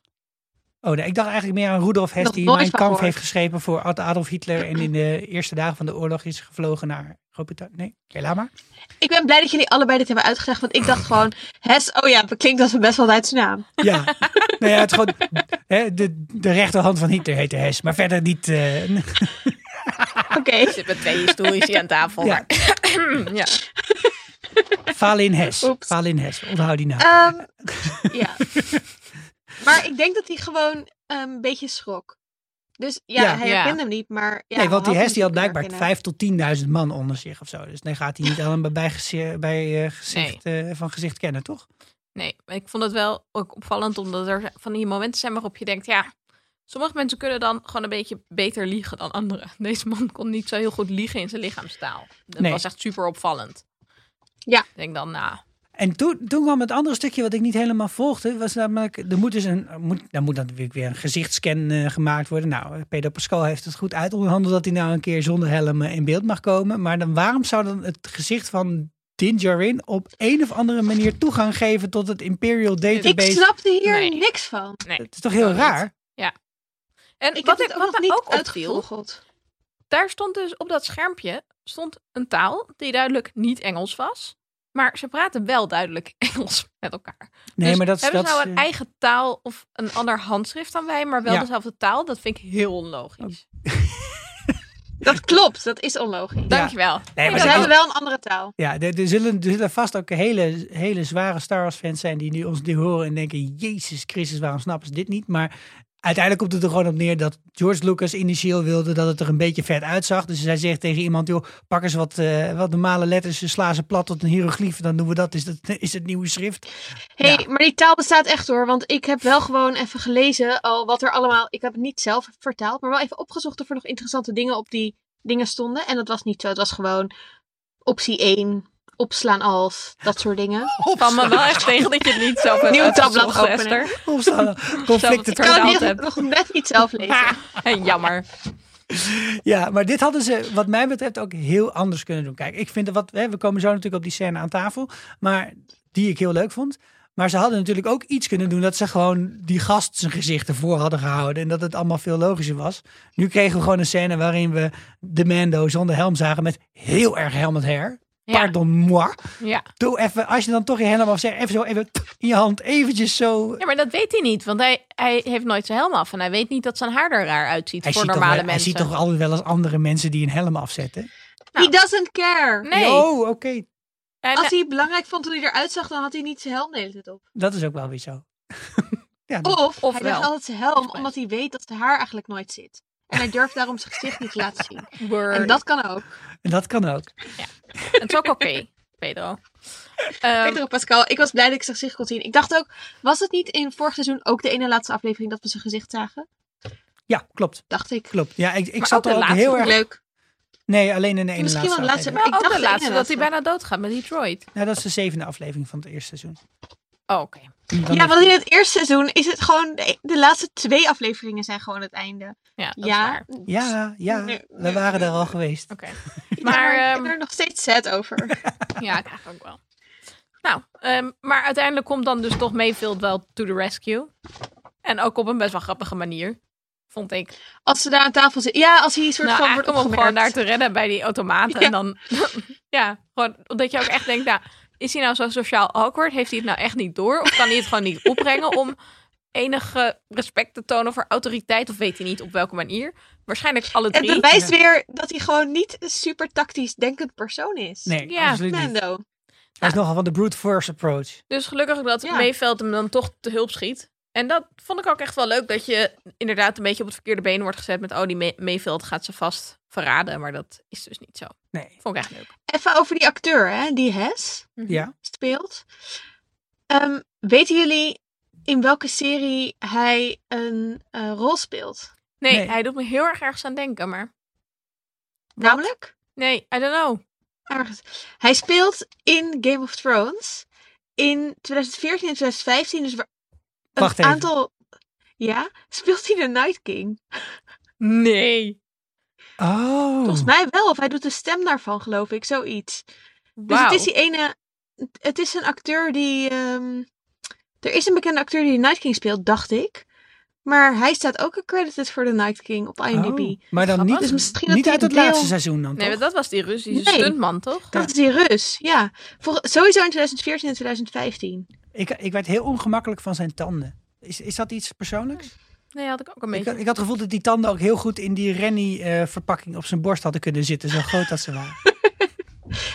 Oh, nee, ik dacht eigenlijk meer aan Rudolf Hess,
Nog
die
nooit
Mein
van
Kampf
gehoord.
heeft geschreven voor Ad- Adolf Hitler. En in de eerste dagen van de oorlog is gevlogen naar Groot-Brittannië. Nee, oké, laat maar.
Ik ben blij dat jullie allebei dit hebben uitgelegd, want ik
[laughs]
dacht gewoon, Hes, oh ja, dat klinkt als een best wel Duitse naam.
Ja, nou ja, het is gewoon. Hè, de, de rechterhand van Hitler heette Hess, maar verder niet. eh,
Oké.
Ik zit met twee stoeltjes hier aan tafel.
Ja.
maar- ja.
Valin Hess.
Oeps.
Valin Hess, onthoud die naam. [laughs]
Ehm, ja. Maar ik denk dat hij gewoon ehm, een beetje schrok. Dus ja,
Ja.
hij
Ja.
herkende hem niet, maar... Ja,
nee, want die
hij
Hess die had
hem
blijkbaar
herkennen.
5 tot 10.000 man onder zich of zo. Dus dan gaat hij niet aan hem bij, geze- bij eh, gezicht, eh, van gezicht kennen, toch?
Nee, maar ik vond het wel ook opvallend, omdat er van die momenten zijn waarop je denkt, ja, sommige mensen kunnen dan gewoon een beetje beter liegen dan anderen. [laughs] Deze man kon niet zo heel goed liegen in zijn lichaamstaal. Dat
Nee.
was echt super opvallend.
Ja.
Ik denk dan, nou,
En toen, toen kwam het andere stukje wat ik niet helemaal volgde. Was namelijk, er moet dus een, er moet, daar moet dan natuurlijk weer een gezichtsscan eh, gemaakt worden. Nou, eh, Pedro Pascal heeft het goed uitonderhandeld dat hij nou een keer zonder helm eh, in beeld mag komen. Maar dan waarom zou dan het gezicht van Din Djarin op een of andere manier toegang geven tot het Imperial
Ik
Database?
snapte hier
Nee.
niks van.
nee.
Het is toch heel
Ook
raar?
En
Ik
wat,
heb
ik,
het
wat
ook nog
mij
niet
ook opviel,
uitgevogeld.
daar stond dus op dat schermpje stond een taal die duidelijk niet Engels was. Maar ze praten wel duidelijk [laughs] Engels met elkaar.
Nee,
Dus
maar dat is...
hebben
dat
ze nou
is,
een
eh,
eigen taal of een ander handschrift dan wij, maar wel
Ja.
dezelfde taal? Dat vind ik heel onlogisch.
Dat klopt, dat is onlogisch.
Ja.
Dankjewel.
Nee,
Maar
maar
ze
dat
hebben
is-
wel een andere taal.
ja, er, er zullen, er zullen vast ook hele, hele zware Star Wars fans zijn die nu ons nu horen en denken... Jezus Christus, waarom snappen ze dit niet? Maar uiteindelijk komt het er gewoon op neer dat George Lucas initieel wilde dat het er een beetje vet uitzag. Dus hij zegt tegen iemand, joh, pak eens wat, eh, wat normale letters, sla ze plat tot een hiëroglief. Dan doen we dat, is, dat, is het nieuwe schrift.
Hé, hey,
Ja.
maar die taal bestaat echt hoor. Want ik heb wel gewoon even gelezen al wat er allemaal... Ik heb het niet zelf vertaald, maar wel even opgezocht of er nog interessante dingen op die dingen stonden. En dat was niet zo. Het was gewoon optie 1, opslaan als, dat soort
[laughs]
dingen.
Van me wel echt tegen dat je het niet zelf hebt
Nieuw
uitgezocht,
tabblad openen.
Esther.
Opstaan, conflicten.
Ik kan
vertaald
het niet-
hebt.
nog net niet zelf lezen.
En Jammer.
Ja, maar dit hadden ze, wat mij betreft, ook heel anders kunnen doen. Kijk, ik vind dat wat, hè, we komen zo natuurlijk op die scène aan tafel, maar die ik heel leuk vond. Maar ze hadden natuurlijk ook iets kunnen doen dat ze gewoon die gast zijn gezicht ervoor hadden gehouden. En dat het allemaal veel logischer was. Nu kregen we gewoon een scène waarin we de Mando zonder helm zagen met heel erg helmet hair.
Ja,
Pardon moi.
ja.
Doe even, als je dan toch je helm af zegt, even zo even in je hand, eventjes zo.
ja, maar dat weet hij niet. Want hij, hij heeft nooit zijn helm af. En hij weet niet dat zijn haar er raar uitziet
Hij
voor
ziet, toch,
normale
wel- hij
mensen.
ziet toch altijd wel eens andere mensen die een helm afzetten.
He doesn't care.
nou. Nee.
Oh, oké.
En,
Als hij het belangrijk vond hoe hij eruit zag, dan had hij niet zijn helm de hele tijd op.
Dat is ook wel weer zo. [laughs] ja, dat-
Of,
Of
hij
wel.
draagt altijd zijn helm, omdat hij weet dat zijn haar eigenlijk nooit zit. En hij durft daarom zijn gezicht niet te laten
[laughs]
zien.
eh, word.
En dat kan ook.
En dat kan ook.
Het is ook oké, [laughs] Pedro. Ehm,
Pedro Pascal, ik was blij dat ik zijn gezicht kon zien. Ik dacht ook, was het niet in vorig seizoen ook de ene laatste aflevering dat we zijn gezicht zagen?
Ja, klopt.
Dacht ik.
Klopt. Ja, ik, ik
Maar
zat
ook
er
de
ook
laatste
heel erg...
Leuk.
Nee, alleen in de ene
Misschien
laatste
wel de laatste,
aflevering.
maar
Ik
ook
dacht
oh, de
alleen
laatste,
de
dat hij
laatste.
bijna doodgaat met Detroit.
Nou, dat is de zevende aflevering van het eerste seizoen.
Oh, oké.
Dan
Ja, want in het eerste seizoen is het gewoon, de, de laatste twee afleveringen zijn gewoon het einde.
Ja, dat
Ja.
is waar. Oké.
ja, ja,
Nee,
we
nee.
waren daar al geweest.
[laughs] Ja,
Maar,
ik
ehm,
ben er nog steeds sad over. [laughs]
Ja, ik eigenlijk ook wel. Nou, ehm, maar uiteindelijk komt dan dus toch Mayfield wel to the rescue. En ook op een best wel grappige manier, vond ik.
Als ze daar aan tafel zitten. Ja, als hij een soort
Nou,
van
eigenlijk
wordt
om hem gewoon
opgemerkt.
daar te redden bij die automaten.
Ja.
En dan, [laughs] ja, gewoon omdat je ook echt denkt, nou, is hij nou zo sociaal awkward? Heeft hij het nou echt niet door? Of kan hij het gewoon
[laughs]
niet opbrengen om enige respect te tonen voor autoriteit? Of weet hij niet op welke manier? Waarschijnlijk alle
Het
drie.
bewijst weer dat hij gewoon niet een super tactisch denkend persoon is.
Nee,
Ja,
absoluut niet.
Mando.
Hij is nogal van de brute force approach.
Dus gelukkig dat
Ja.
Mayveld hem dan toch te hulp schiet. En dat vond ik ook echt wel leuk. Dat je inderdaad een beetje op het verkeerde been wordt gezet met... oh, die May- Mayveld gaat ze vast verraden. Maar dat is dus niet zo.
Nee.
Vond ik echt leuk.
Even over die acteur, hè, die Hess
Ja.
speelt. Ehm, weten jullie in welke serie hij een eh, rol speelt?
Nee,
Nee.
hij doet me heel erg ergens aan denken, maar...
Namelijk?
Nee, I don't know.
Ergens. Hij speelt in Game of Thrones in 2014 en 2015. Dus wa- een
Wacht even.
aantal. Ja, speelt hij de Night King?
Nee.
Oh.
Volgens mij wel, of hij doet de stem daarvan, geloof ik, zoiets. Dus
Wauw.
het is die ene. Het is een acteur die. ehm, er is een bekende acteur die de Night King speelt, dacht ik. Maar hij staat ook accredited voor de Night King op IMDb.
Oh, Maar dan
Grappig.
niet,
Dus misschien dat
niet
hij
uit het
deel-
laatste seizoen dan,
Nee,
toch?
maar dat was die Russische
Nee.
stuntman, toch?
Dat is die Rus, ja. Vol- sowieso in 2014 en 2015.
ik, ik werd heel ongemakkelijk van zijn tanden. Is, is dat iets persoonlijks?
Nee, had ik ook een
Ik,
beetje.
had- ik had het gevoel dat die tanden ook heel goed in die Rennie-verpakking op zijn borst hadden kunnen zitten. Zo groot dat ze waren.
[laughs]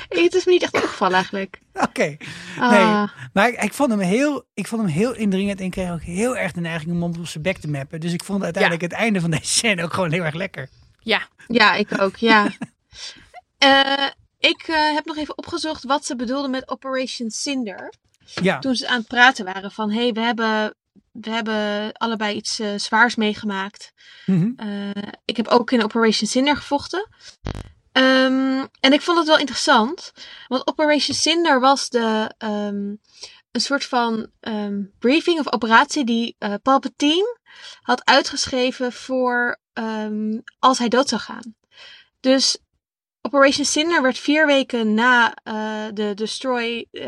Eh, Het is me niet echt opgevallen eigenlijk.
Oké.
Ah.
Maar ik, ik vond hem heel, ik vond hem heel indringend en ik kreeg ook heel erg de neiging om hem op zijn bek te mappen. Dus ik vond uiteindelijk het einde van deze scène ook gewoon heel erg lekker.
Ja.
Ja, ik ook, ja. Eh, ik eh, heb nog even opgezocht wat ze bedoelden met Operation Cinder.
Ja,
toen ze aan het praten waren van hé, hey, we, hebben, we hebben allebei iets eh, zwaars meegemaakt.
Mhm.
Eh, ik heb ook in Operation Cinder gevochten. Ehm, en ik vond het wel interessant, want Operation Cinder was de, ehm, een soort van ehm, briefing of operatie die eh, Palpatine had uitgeschreven voor ehm, als hij dood zou gaan. Dus Operation Cinder werd vier weken na eh, de destroy, eh,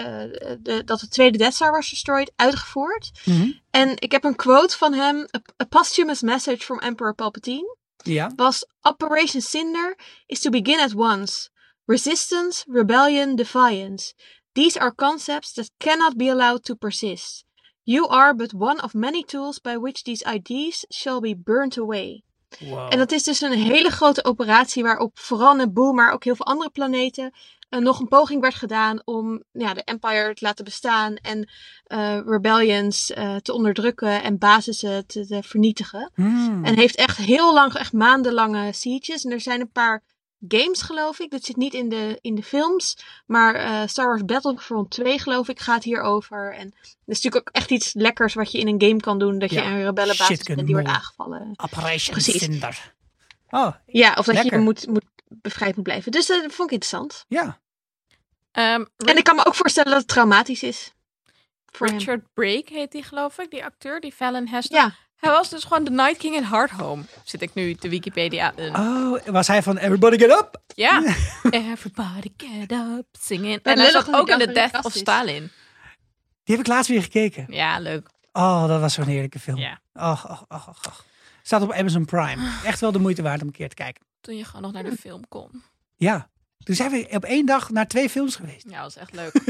de, dat de tweede Death Star was destroyed, uitgevoerd.
Mhm.
En ik heb een quote van hem. A, a posthumous message from Emperor Palpatine
ja.
was Operation Cinder is to begin at once. Resistance, rebellion, defiance. These are concepts that cannot be allowed to persist. You are but one of many tools by which these ideas shall be burnt away.
Wow.
En dat is dus een hele grote operatie waarop vooral Naboo, maar ook heel veel andere planeten, eh, nog een poging werd gedaan om ja, de Empire te laten bestaan en eh, rebellions eh, te onderdrukken en basissen te, te vernietigen.
Hmm.
En heeft echt heel lang, echt maandenlange sieges. En er zijn een paar games, geloof ik. Dat zit niet in de, in de films. Maar eh, Star Wars Battlefront 2, geloof ik, gaat hierover. En dat is natuurlijk ook echt iets lekkers wat je in een game kan doen. Dat
Ja,
je een rebellenbasis
shit kunt
bent die wordt
mollen.
aangevallen.
Operation
Precies.
Cinder. Oh,
Ja, of dat
Lekker.
je moet, moet bevrijd moet blijven. Dus eh, dat vond ik interessant.
ja.
Ehm,
En ik kan me ook voorstellen dat het traumatisch is. Voor hem.
Richard Brake heet die, geloof ik. Die acteur, die Fallon Hester.
Ja,
Hij was dus gewoon de Night King in Hard Home. Zit ik nu te Wikipedia. in.
Oh, was hij van Everybody Get Up?
Ja. Everybody get up, singing. En hij
lullig
zat
dat
ook
die
in de
dag weer
Death of
kast is.
Stalin.
Die heb ik laatst weer gekeken.
Ja, leuk.
Oh, dat was zo'n heerlijke film.
Ja.
Ach, ach, ach, ach, ach. Staat op Amazon Prime. Echt wel de moeite waard om een keer te kijken.
Toen je gewoon nog naar de film kon.
Ja. Toen zijn we op één dag naar twee films geweest.
Ja, was echt leuk.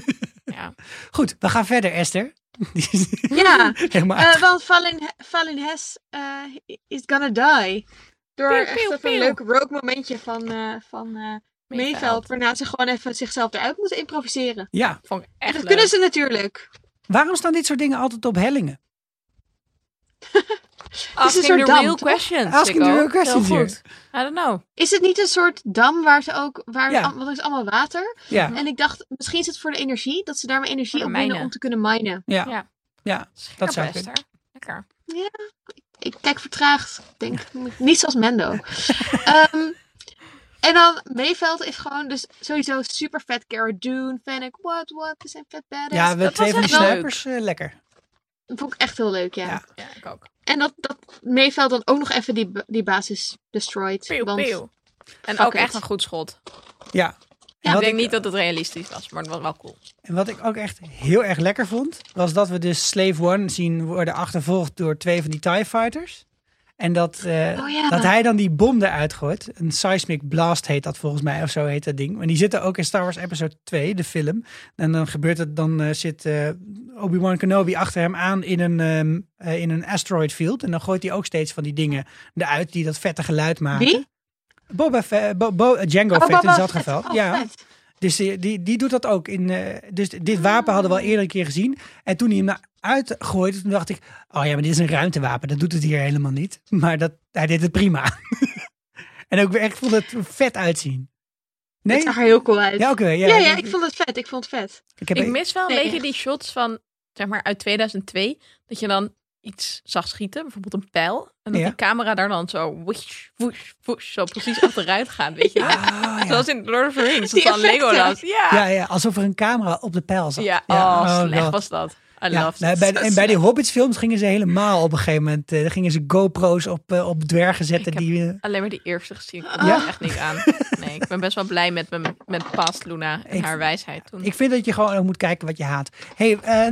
Ja.
Goed, we gaan verder, Esther. [laughs] Die is
ja.
[laughs] helemaal
[laughs]
Eh, want Fallin, Fallin Hess eh, is gonna die. Door
Pew,
echt
pew,
even een
pew.
leuk rogue momentje van, eh van eh Meeveld. Waarna ze gewoon even zichzelf eruit moeten improviseren.
Ja,
Vond ik
En
echt
dat
leuk.
kunnen ze natuurlijk.
waarom staan dit soort dingen altijd op hellingen?
is een
Asking
soort
the
dam,
real
toch?
questions.
Asking
Sikko.
the real questions
Heel
hier.
goed. I don't know.
Is het niet een soort dam waar ze ook... Waar,
Ja.
al- want er is allemaal water.
Ja,
En ik dacht, misschien is het voor de energie. Dat ze daar maar
Voor
energie
de
op winnen
mijnen.
om te kunnen minen.
ja, ja.
Ja.
dat zou
best,
kunnen.
Lekker.
Ik kijk vertraagd. Ik denk, niet zoals
[laughs]
Mendo. Ehm, en dan Meeveld is gewoon dus sowieso super vet. Cara Dune, Fennec, what, what. We zijn vet badass.
Ja, we
dat
twee
was
van de
echt leuk.
snipers, eh, lekker.
Dat vond ik echt heel leuk, ja.
Ja.
Ja, ik ook.
En dat, dat Meeveld dan ook nog even die, ba- die basis destroyed.
Pew,
want
pew. En
fuck
ook
it.
echt een goed schot.
Ja. En
ik
wat
denk niet dat het realistisch was, maar het was wel cool.
En wat ik ook echt heel erg lekker vond, was dat we dus Slave One zien worden achtervolgd door twee van die TIE Fighters. En dat, eh,
Oh ja.
dat hij dan die bom eruit gooit. Een seismic blast heet dat volgens mij, of zo heet dat ding. Maar die zitten ook in Star Wars Episode 2, de film. En dan gebeurt het, dan eh, zit eh, Obi-Wan Kenobi achter hem aan in een, ehm, eh, in een asteroid field. En dan gooit hij ook steeds van die dingen eruit die dat vette geluid maken.
Wie?
Boba Fett, Bo- Bo- Django
Oh,
Fett in
Boba
dat
Fett.
geval.
Oh,
ja.
vet.
Dus die, die, die doet dat ook. In, eh, dus dit wapen hadden we al eerder een keer gezien. En toen hij hem eruit gooide, toen dacht ik... Oh ja, maar dit is een ruimtewapen. Dat doet het hier helemaal niet. [laughs] Maar dat, hij deed het prima. [laughs] en ook weer echt vond het vet uitzien. Nee?
Het zag er heel cool uit.
Ja, oké. ja,
ja, ja,
ik,
ik vond het vet. Ik vond het vet.
ik heb
Ik mis wel een
Nee,
beetje
echt.
die shots van, zeg maar, uit 2002. Dat je dan iets zag schieten, bijvoorbeeld een pijl. En dat
Ja.
die camera daar dan zo whoosh, whoosh, whoosh, zo precies [laughs] achteruit gaat, weet je. wel?
Ah, ja.
Zoals in Lord of the [laughs] Rings, dat
Die
dan
effecten.
Legolas. Ja,
Ja,
ja,
ja, alsof er een camera op de pijl zat.
oh,
oh,
slecht
god.
was dat. I
Ja,
loved
nou,
it.
bij,
Zo
de- en bij die
slecht.
Hobbits-films gingen ze helemaal op een gegeven moment. eh, gingen ze GoPro's op, eh, op dwergen zetten.
Ik heb-
die, eh,
[laughs] Alleen maar die eerste gezien, ik kon
Ja?
er echt niet aan. Nee, ik ben best wel blij met, mijn- met past Luna en
Ik-
haar wijsheid toen.
ik vind dat je gewoon ook moet kijken wat je haat. hey, eh,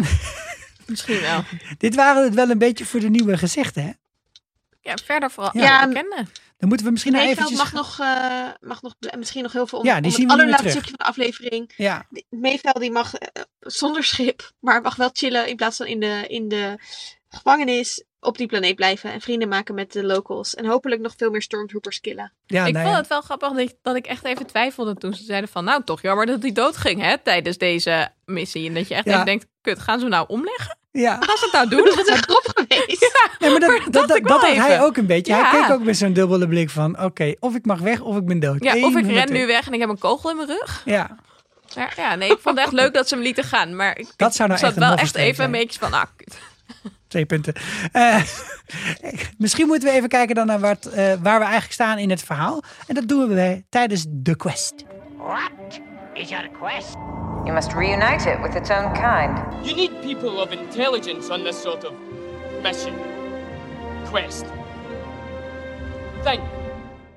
Misschien wel.
Dit waren het wel een beetje voor de nieuwe gezichten, hè?
Ja, verder vooral
Ja.
ja, bekende.
Dan moeten we misschien nog
Meeveld
eventjes...
mag, nog, eh, mag nog ble- misschien nog heel veel om,
Ja, die
om
zien we
het
niet meer
allerlaatste
terug.
stukje van de aflevering.
Ja,
Die- Meeveld die mag eh, zonder schip, maar mag wel chillen in plaats van in de, in de gevangenis op die planeet blijven. En vrienden maken met de locals. En hopelijk nog veel meer stormtroopers killen. [laughs]
ja,
ik
nou
vond
ja.
het wel grappig dat ik, dat ik echt even twijfelde toen ze zeiden van... nou, toch jammer dat hij doodging hè, tijdens deze missie. En dat je echt
Ja.
even denkt, kut, gaan ze hem nou omleggen?
Ja.
Gaan ze het nou
[laughs]
doen?
Dat is een grap geweest.
Nee,
[laughs]
maar dat,
Maar
dat, dat,
dat dacht ik
dat
wel
had hij
even.
ook een beetje.
Ja.
Hij keek ook met zo'n dubbele blik van... Oké, of ik mag weg of ik ben dood.
Ja,
Eén
of ik
van de
ren
twee.
nu weg en ik heb een kogel in mijn rug.
Ja,
Maar ja, nee, ik vond het echt leuk dat ze hem lieten gaan. Maar ik
Dat zou nou
zat
echt een
wel
moffe
echt
streek
even
zijn.
een beetje van... Ah, kut.
twee punten. Eh, [laughs] misschien moeten we even kijken dan naar wat, eh, waar we eigenlijk staan in het verhaal. En dat doen we bij, tijdens de quest.
What is your quest?
You must reunite it with its own kind.
You need people of intelligence on this sort of mission. Quest. Thing.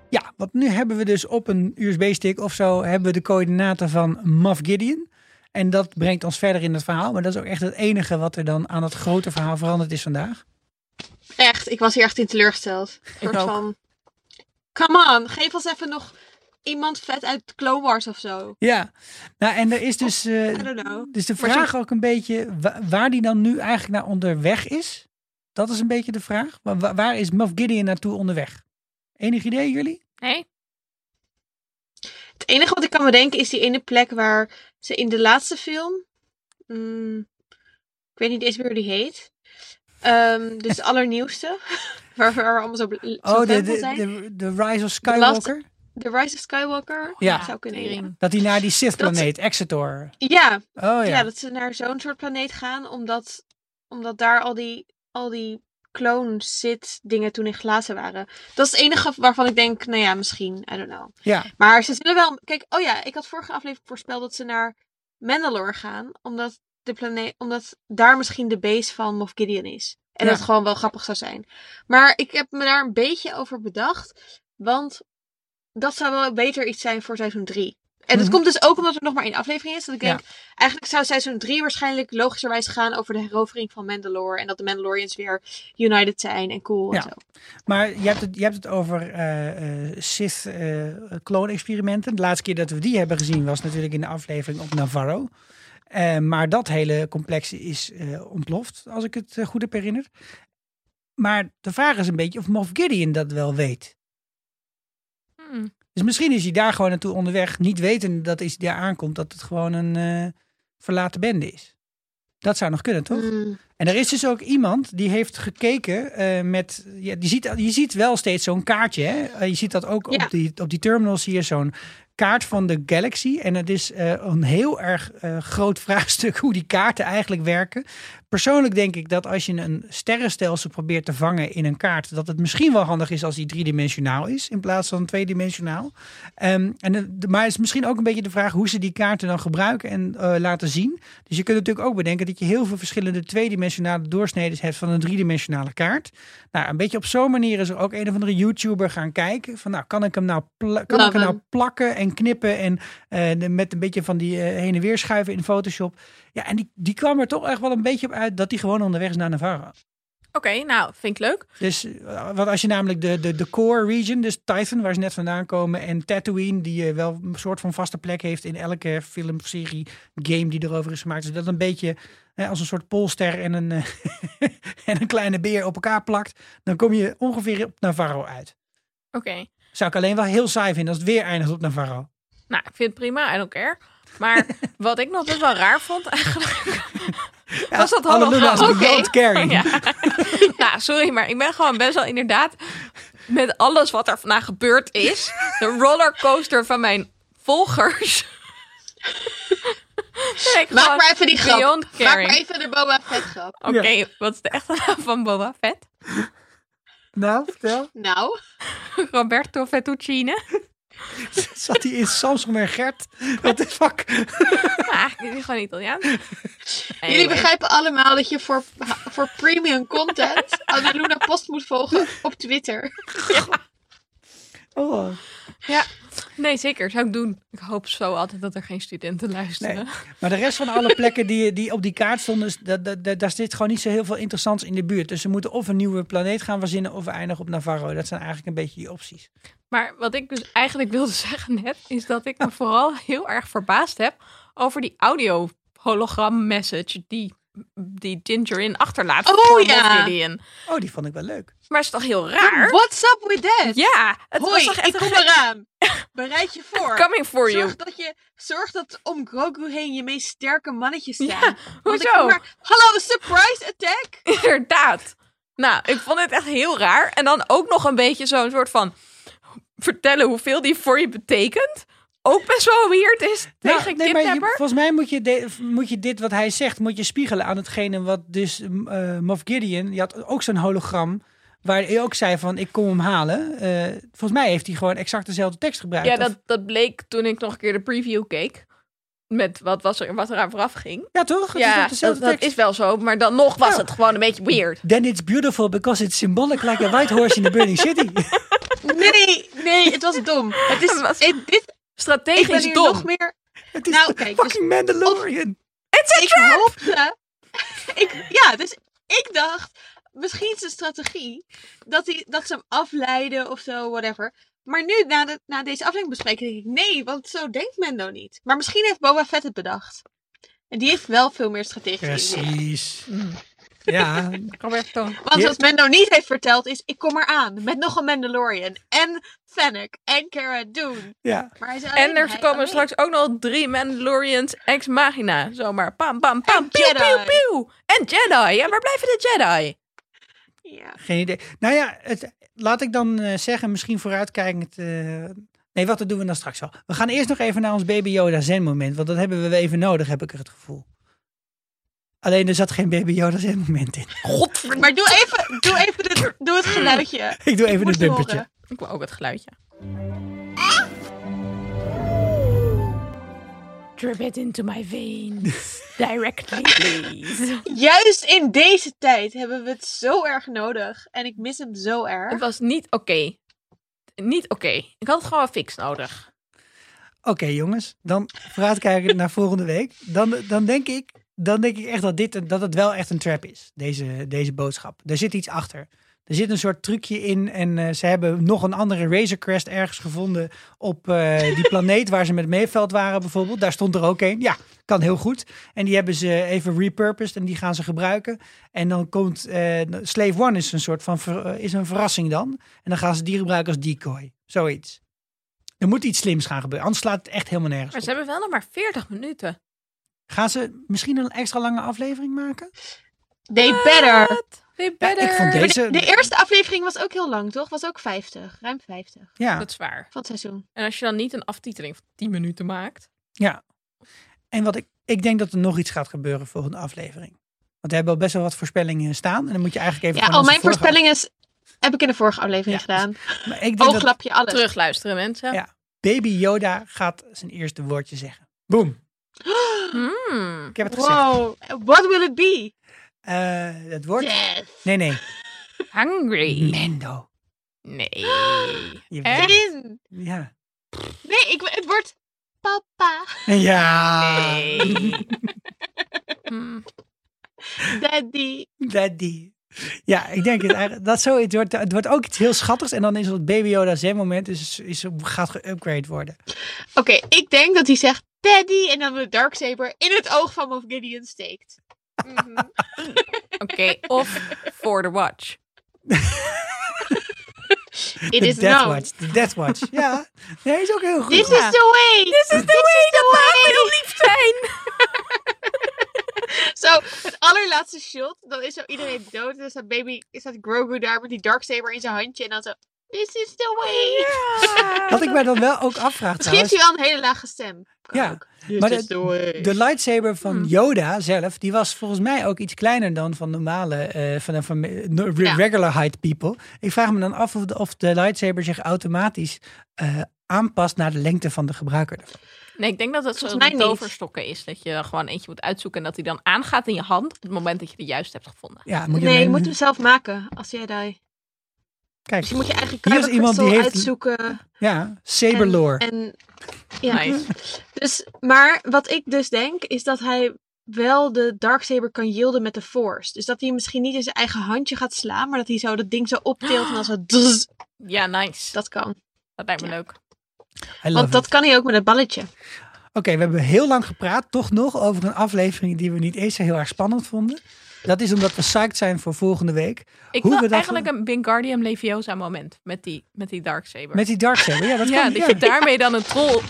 Ja, want nu hebben we dus op een USB-stick of zo hebben we de coördinaten van Moff Gideon. En dat brengt ons verder in het verhaal. Maar dat is ook echt het enige wat er dan aan het grote verhaal veranderd is vandaag.
Echt, ik was hier echt in teleurgesteld. Een soort
ook.
van. Come on, geef ons even nog iemand vet uit Clone Wars of zo.
Ja, nou en er is dus, eh,
Oh, I don't know.
dus de
Maar ze-
vraag ook een beetje wa- waar die dan nu eigenlijk naar onderweg is. Dat is een beetje de vraag. Wa- wa- Waar is Moff Gideon naartoe onderweg? Enig idee jullie?
Nee?
Het enige wat ik kan bedenken is die ene plek waar ze in de laatste film. mm, ik weet niet eens meer hoe die heet. Ehm, dus de allernieuwste. [laughs] waar we allemaal zo, bl- zo
Oh, de,
blij van
de,
zijn.
de, de Rise of
De laatste-
Skywalker?
The Rise of Skywalker.
Ja.
Zou kunnen
Tering.
heten.
Dat hij naar die
Dat-
Sith-planeet, Exetor.
Ja,
Oh ja.
ja. dat ze naar zo'n soort planeet gaan. Omdat, omdat daar al die, al die clone-zit dingen toen in glazen waren. Dat is het enige waarvan ik denk, nou ja, misschien. I don't know.
ja.
Maar ze zullen wel. Kijk, oh ja, ik had vorige aflevering voorspeld dat ze naar Mandalore gaan. Omdat, de planeet, omdat daar misschien de base van Moff Gideon is. En
Ja.
dat het gewoon wel grappig zou zijn. Maar ik heb me daar een beetje over bedacht. Want dat zou wel beter iets zijn voor seizoen 3. En dat
Mhm.
komt dus ook omdat er nog maar één aflevering is. Dat ik
Ja.
denk, eigenlijk zou seizoen 3 waarschijnlijk logischerwijs gaan over de herovering van Mandalore. En dat de Mandalorians weer united zijn en cool
Ja.
en zo.
Maar je hebt het, je hebt het over eh, eh, Sith eh kloon-experimenten. De laatste keer dat we die hebben gezien was natuurlijk in de aflevering op Navarro. Eh, maar dat hele complex is eh, ontploft, als ik het eh, goed heb herinnerd. Maar de vraag is een beetje of Moff Gideon dat wel weet.
Hmm.
Dus misschien is hij daar gewoon naartoe onderweg, niet wetende dat als hij daar aankomt, dat het gewoon een eh, verlaten bende is. Dat zou nog kunnen, toch?
Mm.
En er is dus ook iemand die heeft gekeken eh, met. Ja, die ziet, je ziet wel steeds zo'n kaartje. Hè? Eh, je ziet dat ook
Ja.
op, die, op die terminals hier, zo'n kaart van de Galaxy. En het is eh, een heel erg eh, groot [laughs] vraagstuk hoe die kaarten eigenlijk werken. Persoonlijk denk ik dat als je een sterrenstelsel probeert te vangen in een kaart, dat het misschien wel handig is als die driedimensionaal is in plaats van tweedimensionaal. Ehm, en de- de- maar het is misschien ook een beetje de vraag hoe ze die kaarten dan gebruiken en eh, laten zien. Dus je kunt natuurlijk ook bedenken dat je heel veel verschillende tweedimensionale doorsneden hebt van een driedimensionale kaart. Nou, een beetje op zo'n manier is er ook een of andere YouTuber gaan kijken. Van nou, kan ik hem nou, pla- kan ik
Love
hem nou
hem.
plakken en knippen en eh, de- met een beetje van die eh, heen en weer schuiven in Photoshop. Ja, en die, die kwam er toch echt wel een beetje op uit dat die gewoon onderweg is naar Navarra.
Oké, nou, vind ik leuk.
Dus eh, want als je namelijk de, de, de core region, dus Titan, waar ze net vandaan komen, en Tatooine, die eh, wel een soort van vaste plek heeft in elke film, serie, game die erover is gemaakt. Dus dat een beetje eh, als een soort polster en een, eh, [laughs] en een kleine beer op elkaar plakt, dan kom je ongeveer op Navarro uit.
Oké.
Zou ik alleen wel heel saai vinden als het weer eindigt op Navarro.
Nou, ik vind het prima, I don't care.
[laughs]
Maar wat ik nog best wel raar vond eigenlijk... was dat
Halleluja,
hologram?
is de
Oké. Oh,
Gold
[laughs]
Carry.
Ja. [laughs] nou, sorry, maar ik ben gewoon best wel inderdaad met alles wat er vandaag gebeurd is. De rollercoaster van mijn
[laughs]
volgers. Ben ik
Maak
gewoon
maar even die grap.
beyond
Maak maar
caring.
even de Boba Fett grap.
Oké, wat is de echte naam van Boba Fett?
Nou, vertel. [laughs]
Nou.
Roberto
[laughs]
Fettuccine.
Zat hij in Samsung en
[laughs]
Gert? Wat de fuck?
Ah, ik ben gewoon Italiaans.
Jullie
Anyway.
begrijpen allemaal dat je voor, voor premium content Annaluna Post moet volgen op Twitter.
Oh.
Ja, nee, zeker. Zou ik doen. Ik hoop zo altijd dat er geen studenten luisteren.
Nee. [laughs] Maar de rest van alle plekken die, die op die kaart stonden, is- da- da- da- daar zit gewoon niet zo heel veel interessants in de buurt. Dus ze moeten of een nieuwe planeet gaan verzinnen of we eindigen op Navarro. Dat zijn eigenlijk een beetje die opties.
Maar wat ik dus eigenlijk wilde [laughs] zeggen net, is dat ik me vooral heel erg verbaasd heb over die audio-hologram-message die, die Ginger in achterlaat.
Oh,
voor
ja.
Moff Gideon.
Oh, die vond ik wel leuk.
Maar is toch heel raar?
What's up with that?
Ja, het was
Hoi,
toch echt
ik kom
een-
eraan. Bereid je voor.
coming for you.
Zorg dat, je, zorg dat om Grogu heen je meest sterke mannetjes staan.
Ja,
Want ik
hoezo?
kom maar- Hallo, surprise attack?
[laughs] [laughs] Inderdaad. Nou, ik vond het echt heel raar. En dan ook nog een beetje zo'n soort van vertellen hoeveel die voor je betekent. Ook best wel weird is
Nou,
tegen
nee, maar je-
kidnapper.
volgens mij moet je, de- moet je dit wat hij zegt, moet je spiegelen aan hetgene wat dus eh Moff Gideon, die had ook zo'n hologram, waar hij ook zei van ik kom hem halen. Eh, volgens mij heeft hij gewoon exact dezelfde tekst gebruikt.
Ja,
Of-
dat, dat bleek toen ik nog een keer de preview keek. Met wat, was er, wat er aan vooraf ging.
ja toch? Het is
ja,
toch
dat,
dezelfde
dat
tekst?
is wel zo. Maar dan nog was
Ja.
het gewoon een beetje weird.
Then it's beautiful because it's symbolic like a white horse in the burning city.
[laughs]
Nee, nee, het was dom. Het is,
Het was
ik- dit, ik ben
Strategisch
hier
dom.
nog meer...
Het is
Nou,
de
kijk, dus-
fucking Mandalorian.
ik hoopte. [laughs] Ik, ja, dus ik dacht. Misschien zijn strategie. Dat, hij, dat ze hem afleiden of zo, whatever. Maar nu, na, de, na deze afleidingbespreking, denk ik nee, want zo denkt Mendo niet. Maar misschien heeft Boba Fett het bedacht. En die heeft wel veel meer strategisch. inzicht.
Precies. Ja,
Roberto.
Want
Ja.
wat Mendo niet heeft verteld is, ik kom eraan met nog een Mandalorian. En Fennec en Cara Dune.
ja.
Maar hij is
En
alleen,
er
hij
komen
alleen.
straks ook nog drie Mandalorians ex machina. Zomaar pam, pam, pam,
En
piu,
Jedi.
piu, piu. En Jedi. Ja, waar blijven de Jedi?
Ja.
Geen idee. Nou ja, het, laat ik dan eh, zeggen, misschien vooruitkijkend. eh, nee, wat dat doen we dan straks al. We gaan eerst nog even naar ons Baby Yoda Zen moment. Want dat hebben we even nodig, heb ik het gevoel. Alleen er zat geen Baby Yoda Zen moment in.
Maar doe even, doe even dit, doe het
[laughs]
geluidje.
Ik doe even
moet
het
hem
bumpertje.
horen.
Ik wil ook het geluidje. Drip it into my veins. Directly, please.
Juist in deze tijd hebben we het zo erg nodig. En ik mis hem
[laughs]
zo
Het
erg.
was niet oké. Niet oké. Ik had het gewoon een fix nodig.
Oké jongens, dan vooruitkijkend naar volgende week. Dan, dan, denk ik, dan denk ik echt dat, dit, een- dat het wel echt een trap is, deze, deze boodschap. Er zit iets achter. Er zit een soort trucje in en eh, ze hebben nog een andere Razor Crest ergens gevonden op eh, die planeet waar ze met Meeveld waren bijvoorbeeld. Daar stond er ook een. Ja, kan heel goed. En die hebben ze even repurposed en die gaan ze gebruiken. En dan komt eh, Slave One is een soort van ver- eh, is een verrassing dan. En dan gaan ze die gebruiken als decoy. Zoiets. Er moet iets slims gaan gebeuren, anders slaat het echt helemaal nergens
Maar ze
op.
hebben wel nog maar 40 minuten.
Gaan ze misschien een extra lange aflevering maken?
They better.
They
Ja,
better.
ik vond
Maar
deze...
De, de eerste aflevering was ook heel lang, toch? Was ook 50, ruim 50
Ja.
Dat is waar.
van het seizoen.
En als je dan niet een aftiteling van 10 minuten maakt.
Ja. En wat ik, ik denk dat er nog iets gaat gebeuren volgende aflevering. Want we hebben al best wel wat voorspellingen staan. En dan moet je eigenlijk even.
Ja,
gewoon
al
onze
mijn
vorige-
voorspelling is, heb ik in de vorige aflevering gedaan.
Maar ik
Oh,
denk dat
Ooglapje, alles.
Terugluisteren, mensen.
Ja. Baby Yoda gaat zijn eerste woordje zeggen. Boom.
Hmm.
Ik heb het gezegd.
Wow, what will it be?
Eh, het woord?
Yes.
Nee, nee.
Hungry.
Mendo.
Nee.
Je-
Echt?
Zin.
Ja.
Nee, ik, het wordt papa,
Ja.
Hmm.
daddy.
[laughs] Daddy. Ja, ik denk het eigenlijk. Dat zoiets wordt, het wordt ook iets heel schattigs. En dan is het Baby Yoda zijn moment is, dus is, gaat geüpgrade worden.
Oké, ik denk dat hij zegt daddy en dan de darksaber in het oog van Moff Gideon steekt.
Oké, of For the Watch.
It
De
is
Death
known.
Watch. De Death
[laughs]
Watch. Ja. Nee, is ook heel goed.
This is the way. This is the way dat
Ik wil lief zijn.
Zo, het allerlaatste shot, dan is zo iedereen dood. En dan staat baby, is dat Grogu daar met die darksaber in zijn handje. En dan zo, this is the way.
Wat ik mij dan wel ook afvraag
Misschien heeft
trouwens.
hij wel een hele lage stem. Kan
Ja,
ook.
maar
This is
de-
the way.
De lightsaber
Hmm.
van Yoda zelf, die was volgens mij ook iets kleiner dan van normale, eh, van, van eh, no- re-
Ja.
regular height people. Ik vraag me dan af of de, of de lightsaber zich automatisch eh, aanpast naar de lengte van de gebruiker. ervan.
Nee, ik denk dat het zo'n
mij niet.
toverstokken is. Dat je gewoon eentje moet uitzoeken en dat die dan aangaat in je hand op het moment dat je de juiste hebt gevonden.
Ja, moet je
Nee, je
hem-
moet dus hem zelf maken als Jedi.
Kijk,
Dus je moet je eigen
Hier is
kyber
iemand die
crystal
heeft-
uitzoeken.
ja, saber lore.
En, ja.
Nice.
Dus, maar wat ik dus denk, is dat hij wel de Darksaber kan yielden met de Force. Dus dat hij hem misschien niet in zijn eigen handje gaat slaan, maar dat hij zo dat ding zo optilt en dan zo... dzz,
Ja, nice. Dat,
dat kan.
lijkt me leuk.
I love
Want dat
it.
kan hij ook met het balletje.
Oké, we hebben heel lang gepraat, toch nog, over een aflevering die we niet eens zo heel erg spannend vonden. Dat is omdat we psyched zijn voor volgende week. Hoe
Ik
we
wil
dat-
eigenlijk een Wingardium Leviosa moment met die, met die Darksaber.
Met die darksaber, [laughs] ja, dat
[laughs] ja,
kan.
dat je daarmee dan een troll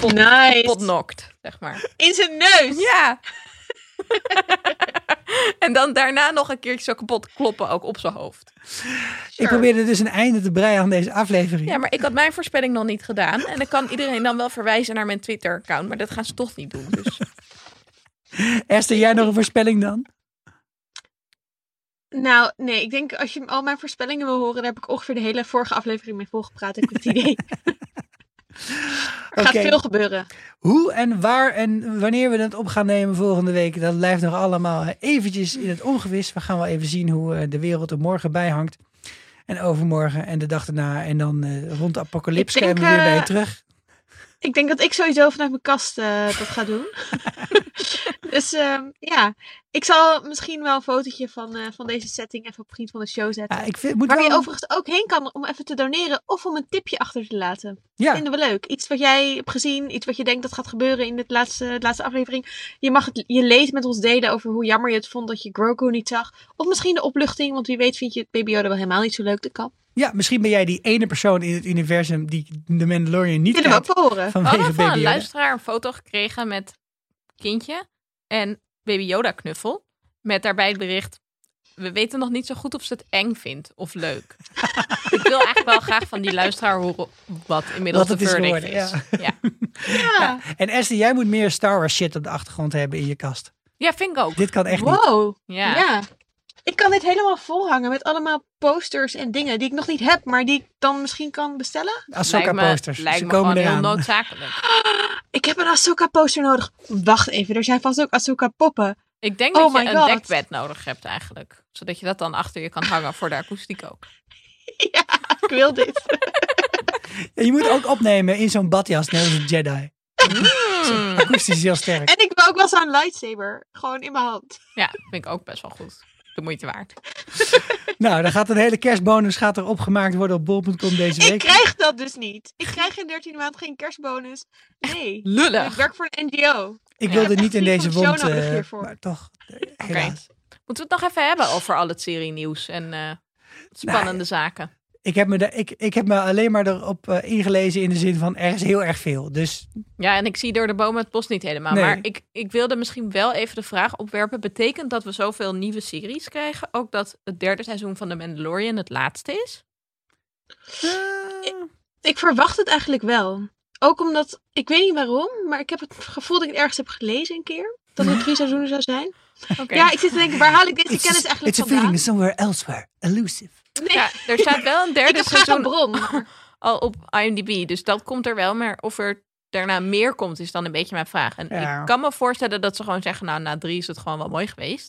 Nice.
potnokt, zeg maar.
In zijn neus.
Ja. [laughs] en dan daarna nog een keertje zo kapot kloppen, ook op zijn hoofd.
Ik probeerde dus een einde te breien aan deze aflevering.
Ja, maar ik had mijn voorspelling nog niet gedaan. En dan kan iedereen dan wel verwijzen naar mijn Twitter-account. Maar dat gaan ze toch niet doen.
[laughs]
Dus
Esther, jij nog een voorspelling dan?
Nou, nee, ik denk als je al mijn voorspellingen wil horen, daar heb ik ongeveer de hele vorige aflevering mee volgepraat, heb ik het
[laughs]
idee.
Oké.
Er gaat veel gebeuren.
Hoe en waar en wanneer we het op gaan nemen volgende week, dat blijft nog allemaal eventjes in het ongewis. We gaan wel even zien hoe eh, de wereld er morgen bij hangt. En overmorgen en de dag daarna. En dan eh, rond de apocalyps
Ik denk,
komen we weer bij je
eh,
terug. [laughs]
Ik denk dat ik sowieso vanuit mijn kast eh, dat ga doen. Dus ehm, ja, ik zal misschien wel een fotootje van, eh, van deze setting even op Vriend van de Show zetten.
Ja, ik vind, moet
Waar
wel,
je overigens ook heen kan om even te doneren of om een tipje achter te laten.
ja,
Vinden we leuk. Iets wat jij hebt gezien, iets wat je denkt dat gaat gebeuren in de laatste, de laatste aflevering. Je mag het, je leed met ons delen over hoe jammer je het vond dat je Grogu niet zag. Of misschien de opluchting, want wie weet vind je het Baby Yoda wel helemaal niet zo leuk. Dat kan.
ja, misschien ben jij die ene persoon in het universum die de Mandalorian niet
Willen we ook
kijkt
wel horen.
We
vanwege
hadden van
Baby
een
Yoda.
luisteraar een foto gekregen met kindje en baby Yoda knuffel. Met daarbij het bericht, we weten nog niet zo goed of ze het eng vindt of
[laughs]
leuk. Ik wil eigenlijk wel graag van die luisteraar horen wat inmiddels
Wat
de
het is
verdict
geworden,
is. Ja. Ja.
Ja.
En Esther, jij moet meer Star Wars shit op de achtergrond hebben in je kast.
vind ik ook.
Dit kan echt niet.
Wow.
Ja.
Ja. Ik kan dit helemaal volhangen met allemaal posters en dingen die ik nog niet heb, maar die ik dan misschien kan bestellen.
Ahsoka
lijkt me,
posters.
Lijkt
Ze
me
komen
gewoon heel
eraan.
noodzakelijk.
Ik heb een Ahsoka poster nodig. Wacht even, er zijn vast ook Ahsoka poppen.
[laughs]
[laughs]
Ik denk
Oh
dat
my
je een
God.
dekbed nodig hebt eigenlijk. Zodat je dat dan achter je kan hangen voor de akoestiek ook.
Ja, ik wil dit.
[laughs]
En je moet ook opnemen in zo'n badjas, net als een Jedi.
Hmm.
Akoestisch heel sterk.
En ik wil ook wel zo'n lightsaber. Gewoon in mijn hand.
Ja, vind ik ook best wel goed. De moeite waard.
Nou, dan gaat een hele kerstbonus gaat er opgemaakt worden op bol.com deze week.
Ik krijg dat dus niet. Ik krijg in 13 maanden geen kerstbonus. Nee. Ik
Lullig.
werk voor een NGO.
Ik
Ja.
wilde
Echt
niet in
niet
deze
van de show
wond,
nodig
eh,
hiervoor.
maar toch, eh, helaas.
Moeten we het nog even hebben over al het serienieuws en eh, spannende zaken?
Ik, heb me daar- ik, ik heb me alleen maar erop eh, ingelezen in de zin van er is heel erg veel. Dus
Ja, en ik zie door de bomen het bos niet helemaal.
Nee.
Maar ik, ik wilde misschien wel even de vraag opwerpen. Betekent dat we zoveel nieuwe series krijgen? Ook dat het derde seizoen van The Mandalorian het laatste
[laughs]
is?
Eh, Ik verwacht het eigenlijk wel. Ook omdat, ik weet niet waarom, maar ik heb het gevoel dat ik het ergens heb gelezen een keer. Dat er drie seizoenen zou zijn.
Oké.
Ja, ik zit te denken, waar haal ik
[laughs]
deze
it's,
kennis eigenlijk
it's a
vandaan?
feeling somewhere elsewhere, elusive.
Nee,
Ja, er dus staat wel een
[laughs] ik
derde
heb graag een
seizoen [laughs]
bron. maar-
al op IMDb. Dus dat komt er wel. Maar of er daarna meer komt, is dan een beetje mijn vraag. En
Ja.
ik kan me voorstellen dat ze gewoon zeggen... nou, na drie is het gewoon wel mooi geweest.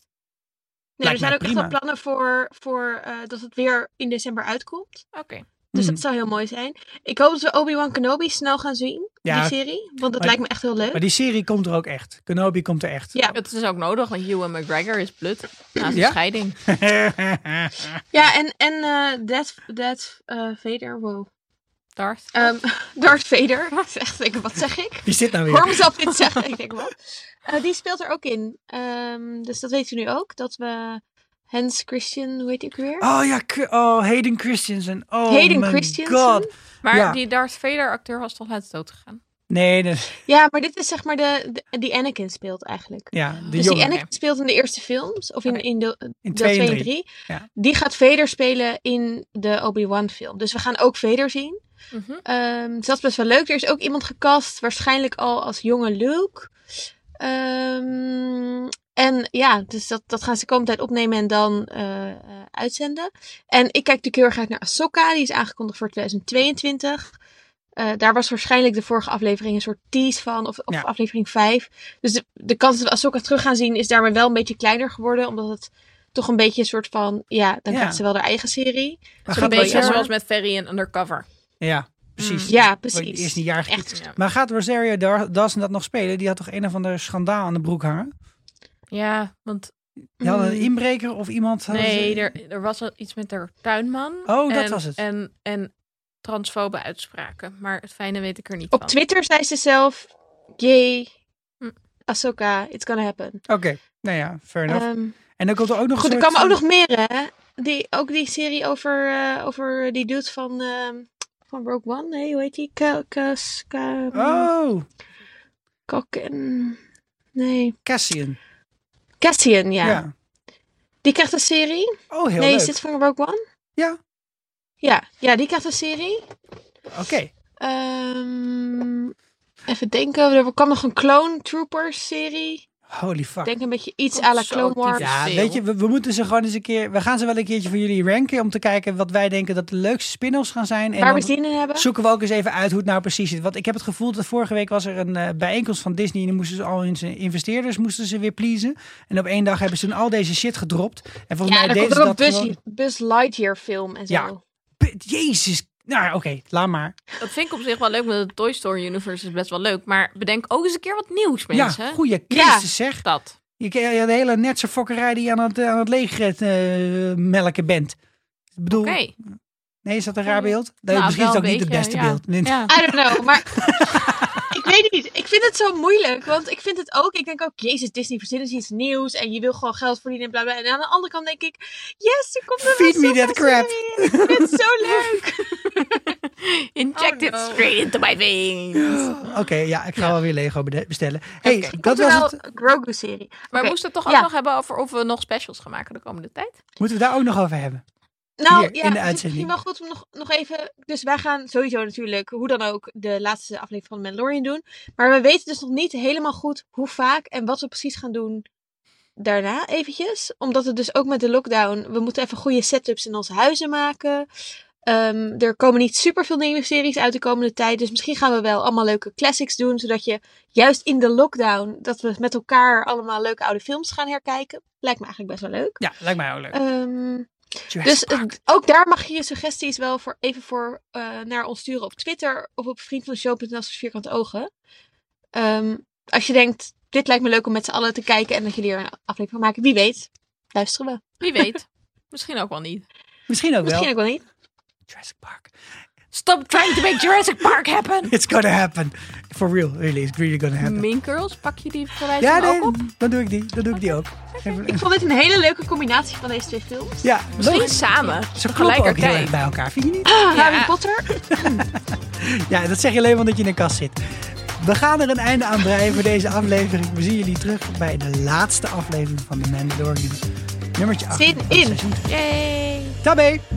Nee,
Lijkt
er
mij
zijn ook echt
prima.
wel plannen voor, voor eh, dat het weer in december uitkomt.
Oké.
Dus
Mhm.
dat zou heel mooi zijn. Ik hoop dat we Obi-Wan Kenobi snel gaan zien,
Ja.
die serie. Want dat
Maar-
lijkt me echt heel leuk.
Maar die serie komt er ook echt. Kenobi komt er echt.
Ja.
Het is ook nodig, want Ewan McGregor is blut na zijn
Ja?
scheiding.
Ja, en, en eh, Death, Death eh, Vader, wow.
Darth.
Ehm, [laughs] Darth Vader. [laughs] Dat is echt, ik, wat zeg ik?
Wie zit nou
Ik hoor
weer?
mezelf dit zeggen. Ik denk, wat? Eh, die speelt er ook in. Ehm, dus dat weten we nu ook. Dat we Hans Christian, hoe heet ik weer?
Oh ja, K- oh, Hayden Christensen. Oh
Hayden
my
Christensen?
god.
Maar
Ja.
die Darth Vader acteur was toch laatst dood gegaan?
Nee, dat-
Ja, maar dit is zeg maar de, de- die Anakin speelt eigenlijk.
ja, de
dus
jongen.
die Anakin speelt in de eerste films. Of in,
Oké.
in, de,
In
deel 2
twee en
en
drie.
3.
Ja.
Die gaat Vader spelen in de Obi-Wan film. Dus we gaan ook Vader zien.
Mhm.
Ehm, dus dat is best wel leuk. Er is ook iemand gecast, waarschijnlijk al als jonge Luke. Ehm, en ja, dus dat, dat gaan ze de komende tijd opnemen en dan eh, eh, uitzenden. En ik kijk natuurlijk heel erg uit naar Ahsoka. Die is aangekondigd voor 2022. Eh, daar was waarschijnlijk de vorige aflevering een soort tease van, of, of
Ja.
aflevering 5. Dus de, de kans dat we Ahsoka terug gaan zien is daarmee wel een beetje kleiner geworden. Omdat het toch een beetje een soort van, ja, dan
Ja.
krijgt ze wel haar eigen serie.
Maar
Zo'n
gaat
beetje
Rosario-
zoals met Ferry en Undercover.
Ja, precies.
Ja,
Wordt
precies.
Eerst een jaar gekiept.
Echt.
Ja.
Maar gaat Rosario Dar- Dawson dat nog spelen? Die had toch een of ander schandaal aan de broek hangen?
Ja, want
Die hadden een
Mm.
inbreker of iemand? hadden
nee,
ze-
er, er was al iets met haar tuinman.
Oh, dat
en,
was het.
En, en transfobe uitspraken. Maar het fijne weet ik er niet
Op
van.
Twitter zei ze zelf, yay,
Hm.
Ahsoka, it's gonna happen.
Oké, nou ja, fair enough.
Ehm,
en dan komt er ook nog
goed,
een
er
soort
kwamen ook
van-
nog meer, hè. Die, ook die serie over, eh, over die dude van, ehm, van Rogue One. Nee, hoe heet die? Ka- Kas- Ka-
Oh,
Kok en... Nee.
Cassian.
Cassian, ja.
Ja.
Die krijgt een serie.
Oh, heel
nee,
leuk.
is dit van Rogue One?
Ja.
Ja, ja die krijgt een serie.
Oké.
Ehm, even denken. Er kwam nog een Clone Troopers serie.
Holy fuck.
Ik denk een beetje iets
Komt
à la
zo
Clone Wars.
diep.
ja,
veel.
weet je, we, we moeten ze gewoon eens een keer... We gaan ze wel een keertje voor jullie ranken om te kijken wat wij denken dat de leukste spin-offs gaan zijn. En
Waar we
dan-
zin in hebben.
zoeken we ook eens even uit hoe het nou precies zit. Want ik heb het gevoel dat vorige week was er een eh, bijeenkomst van Disney. En dan moesten ze al hun investeerders moesten ze weer pleasen. En op één dag hebben ze toen al deze shit gedropt. En volgens
Ja,
mij
er
deden
komt
ze
ook een
dat
Buzz,
gewoon...
Buzz Lightyear film en zo.
Ja. P- Jezus Nou, oké, laat maar.
Dat vind ik op zich wel leuk, want het Toy Story Universe is best wel leuk. Maar bedenk ook eens een keer wat nieuws, mensen.
Ja, goeie Christus zeg.
Dat.
Je, ke- ja, de hele netse fokkerij die je aan het, aan het leeg eh, melken bent. Ik bedoel,
Oké.
nee, is dat een raar beeld? Nee,
Nou,
misschien is
wel
het ook
een
niet het
beetje,
beste
ja.
beeld. Nee. [laughs]
Ja.
I don't know, maar ik weet niet. Ik vind het zo moeilijk, want ik vind het ook. Ik denk ook, jezus, Disney verzinnen is iets nieuws en je wil gewoon geld verdienen en bla bla. En aan de andere kant denk ik, yes, er komt een
Feed me that crap.
Ik vind het zo leuk.
Inject
Oh,
it
no.
straight into my veins.
[gasps] Oké, ja, ik ga wel weer Lego bede- bestellen. hey,
Oké.
dat was het.
Grogu-serie.
Maar
Oké,
we moesten het toch ook
ja.
nog hebben over of we nog specials gaan maken de komende tijd?
Moeten we daar ook nog over hebben?
Nou
Hier, in de
ja, het is
uitzending.
misschien wel goed om nog, nog even. Dus wij gaan sowieso natuurlijk, hoe dan ook, de laatste aflevering van Mandalorian doen. Maar we weten dus nog niet helemaal goed hoe vaak en wat we precies gaan doen daarna eventjes. Omdat het dus ook met de lockdown, we moeten even goede setups in onze huizen maken. Ehm, er komen niet super veel nieuwe series uit de komende tijd. Dus misschien gaan we wel allemaal leuke classics doen. Zodat je juist in de lockdown, dat we met elkaar allemaal leuke oude films gaan herkijken. Lijkt me eigenlijk best wel leuk.
Ja, lijkt mij ook leuk.
Ehm,
Eh, Jurassic
dus
Park.
eh, ook daar mag je je suggesties wel voor, even voor eh, naar ons sturen op Twitter of op vriendvandeshow.nl slash vierkante ogen. Ehm, als je denkt, dit lijkt me leuk om met z'n allen te kijken en dat jullie er een aflevering van maken. Wie weet, luisteren we.
Wie
[laughs]
weet. Misschien ook wel niet.
misschien ook
Misschien
wel.
ook wel niet.
Jurassic Park.
Stop trying to make Jurassic Park happen!
It's gonna happen. For real, really. It's really gonna happen.
Minkurls, pak je die verwijzing
ja,
ook op?
nee, dan doe ik die. Dan doe ik die ook. Even- [laughs]
Ik vond dit een hele leuke combinatie van deze twee films.
Ja,
Misschien
logisch.
samen.
Ze kloppen ook heel erg
Tegelijkertijd.
bij elkaar, vind je niet?
Harry Potter.
Ja, dat zeg je alleen maar omdat je in een kast zit. We gaan er een einde aan breien voor deze aflevering. We zien jullie terug bij de laatste aflevering van The Mandalorian. Nummertje 8.
Zin in.
Yay!
Tabé!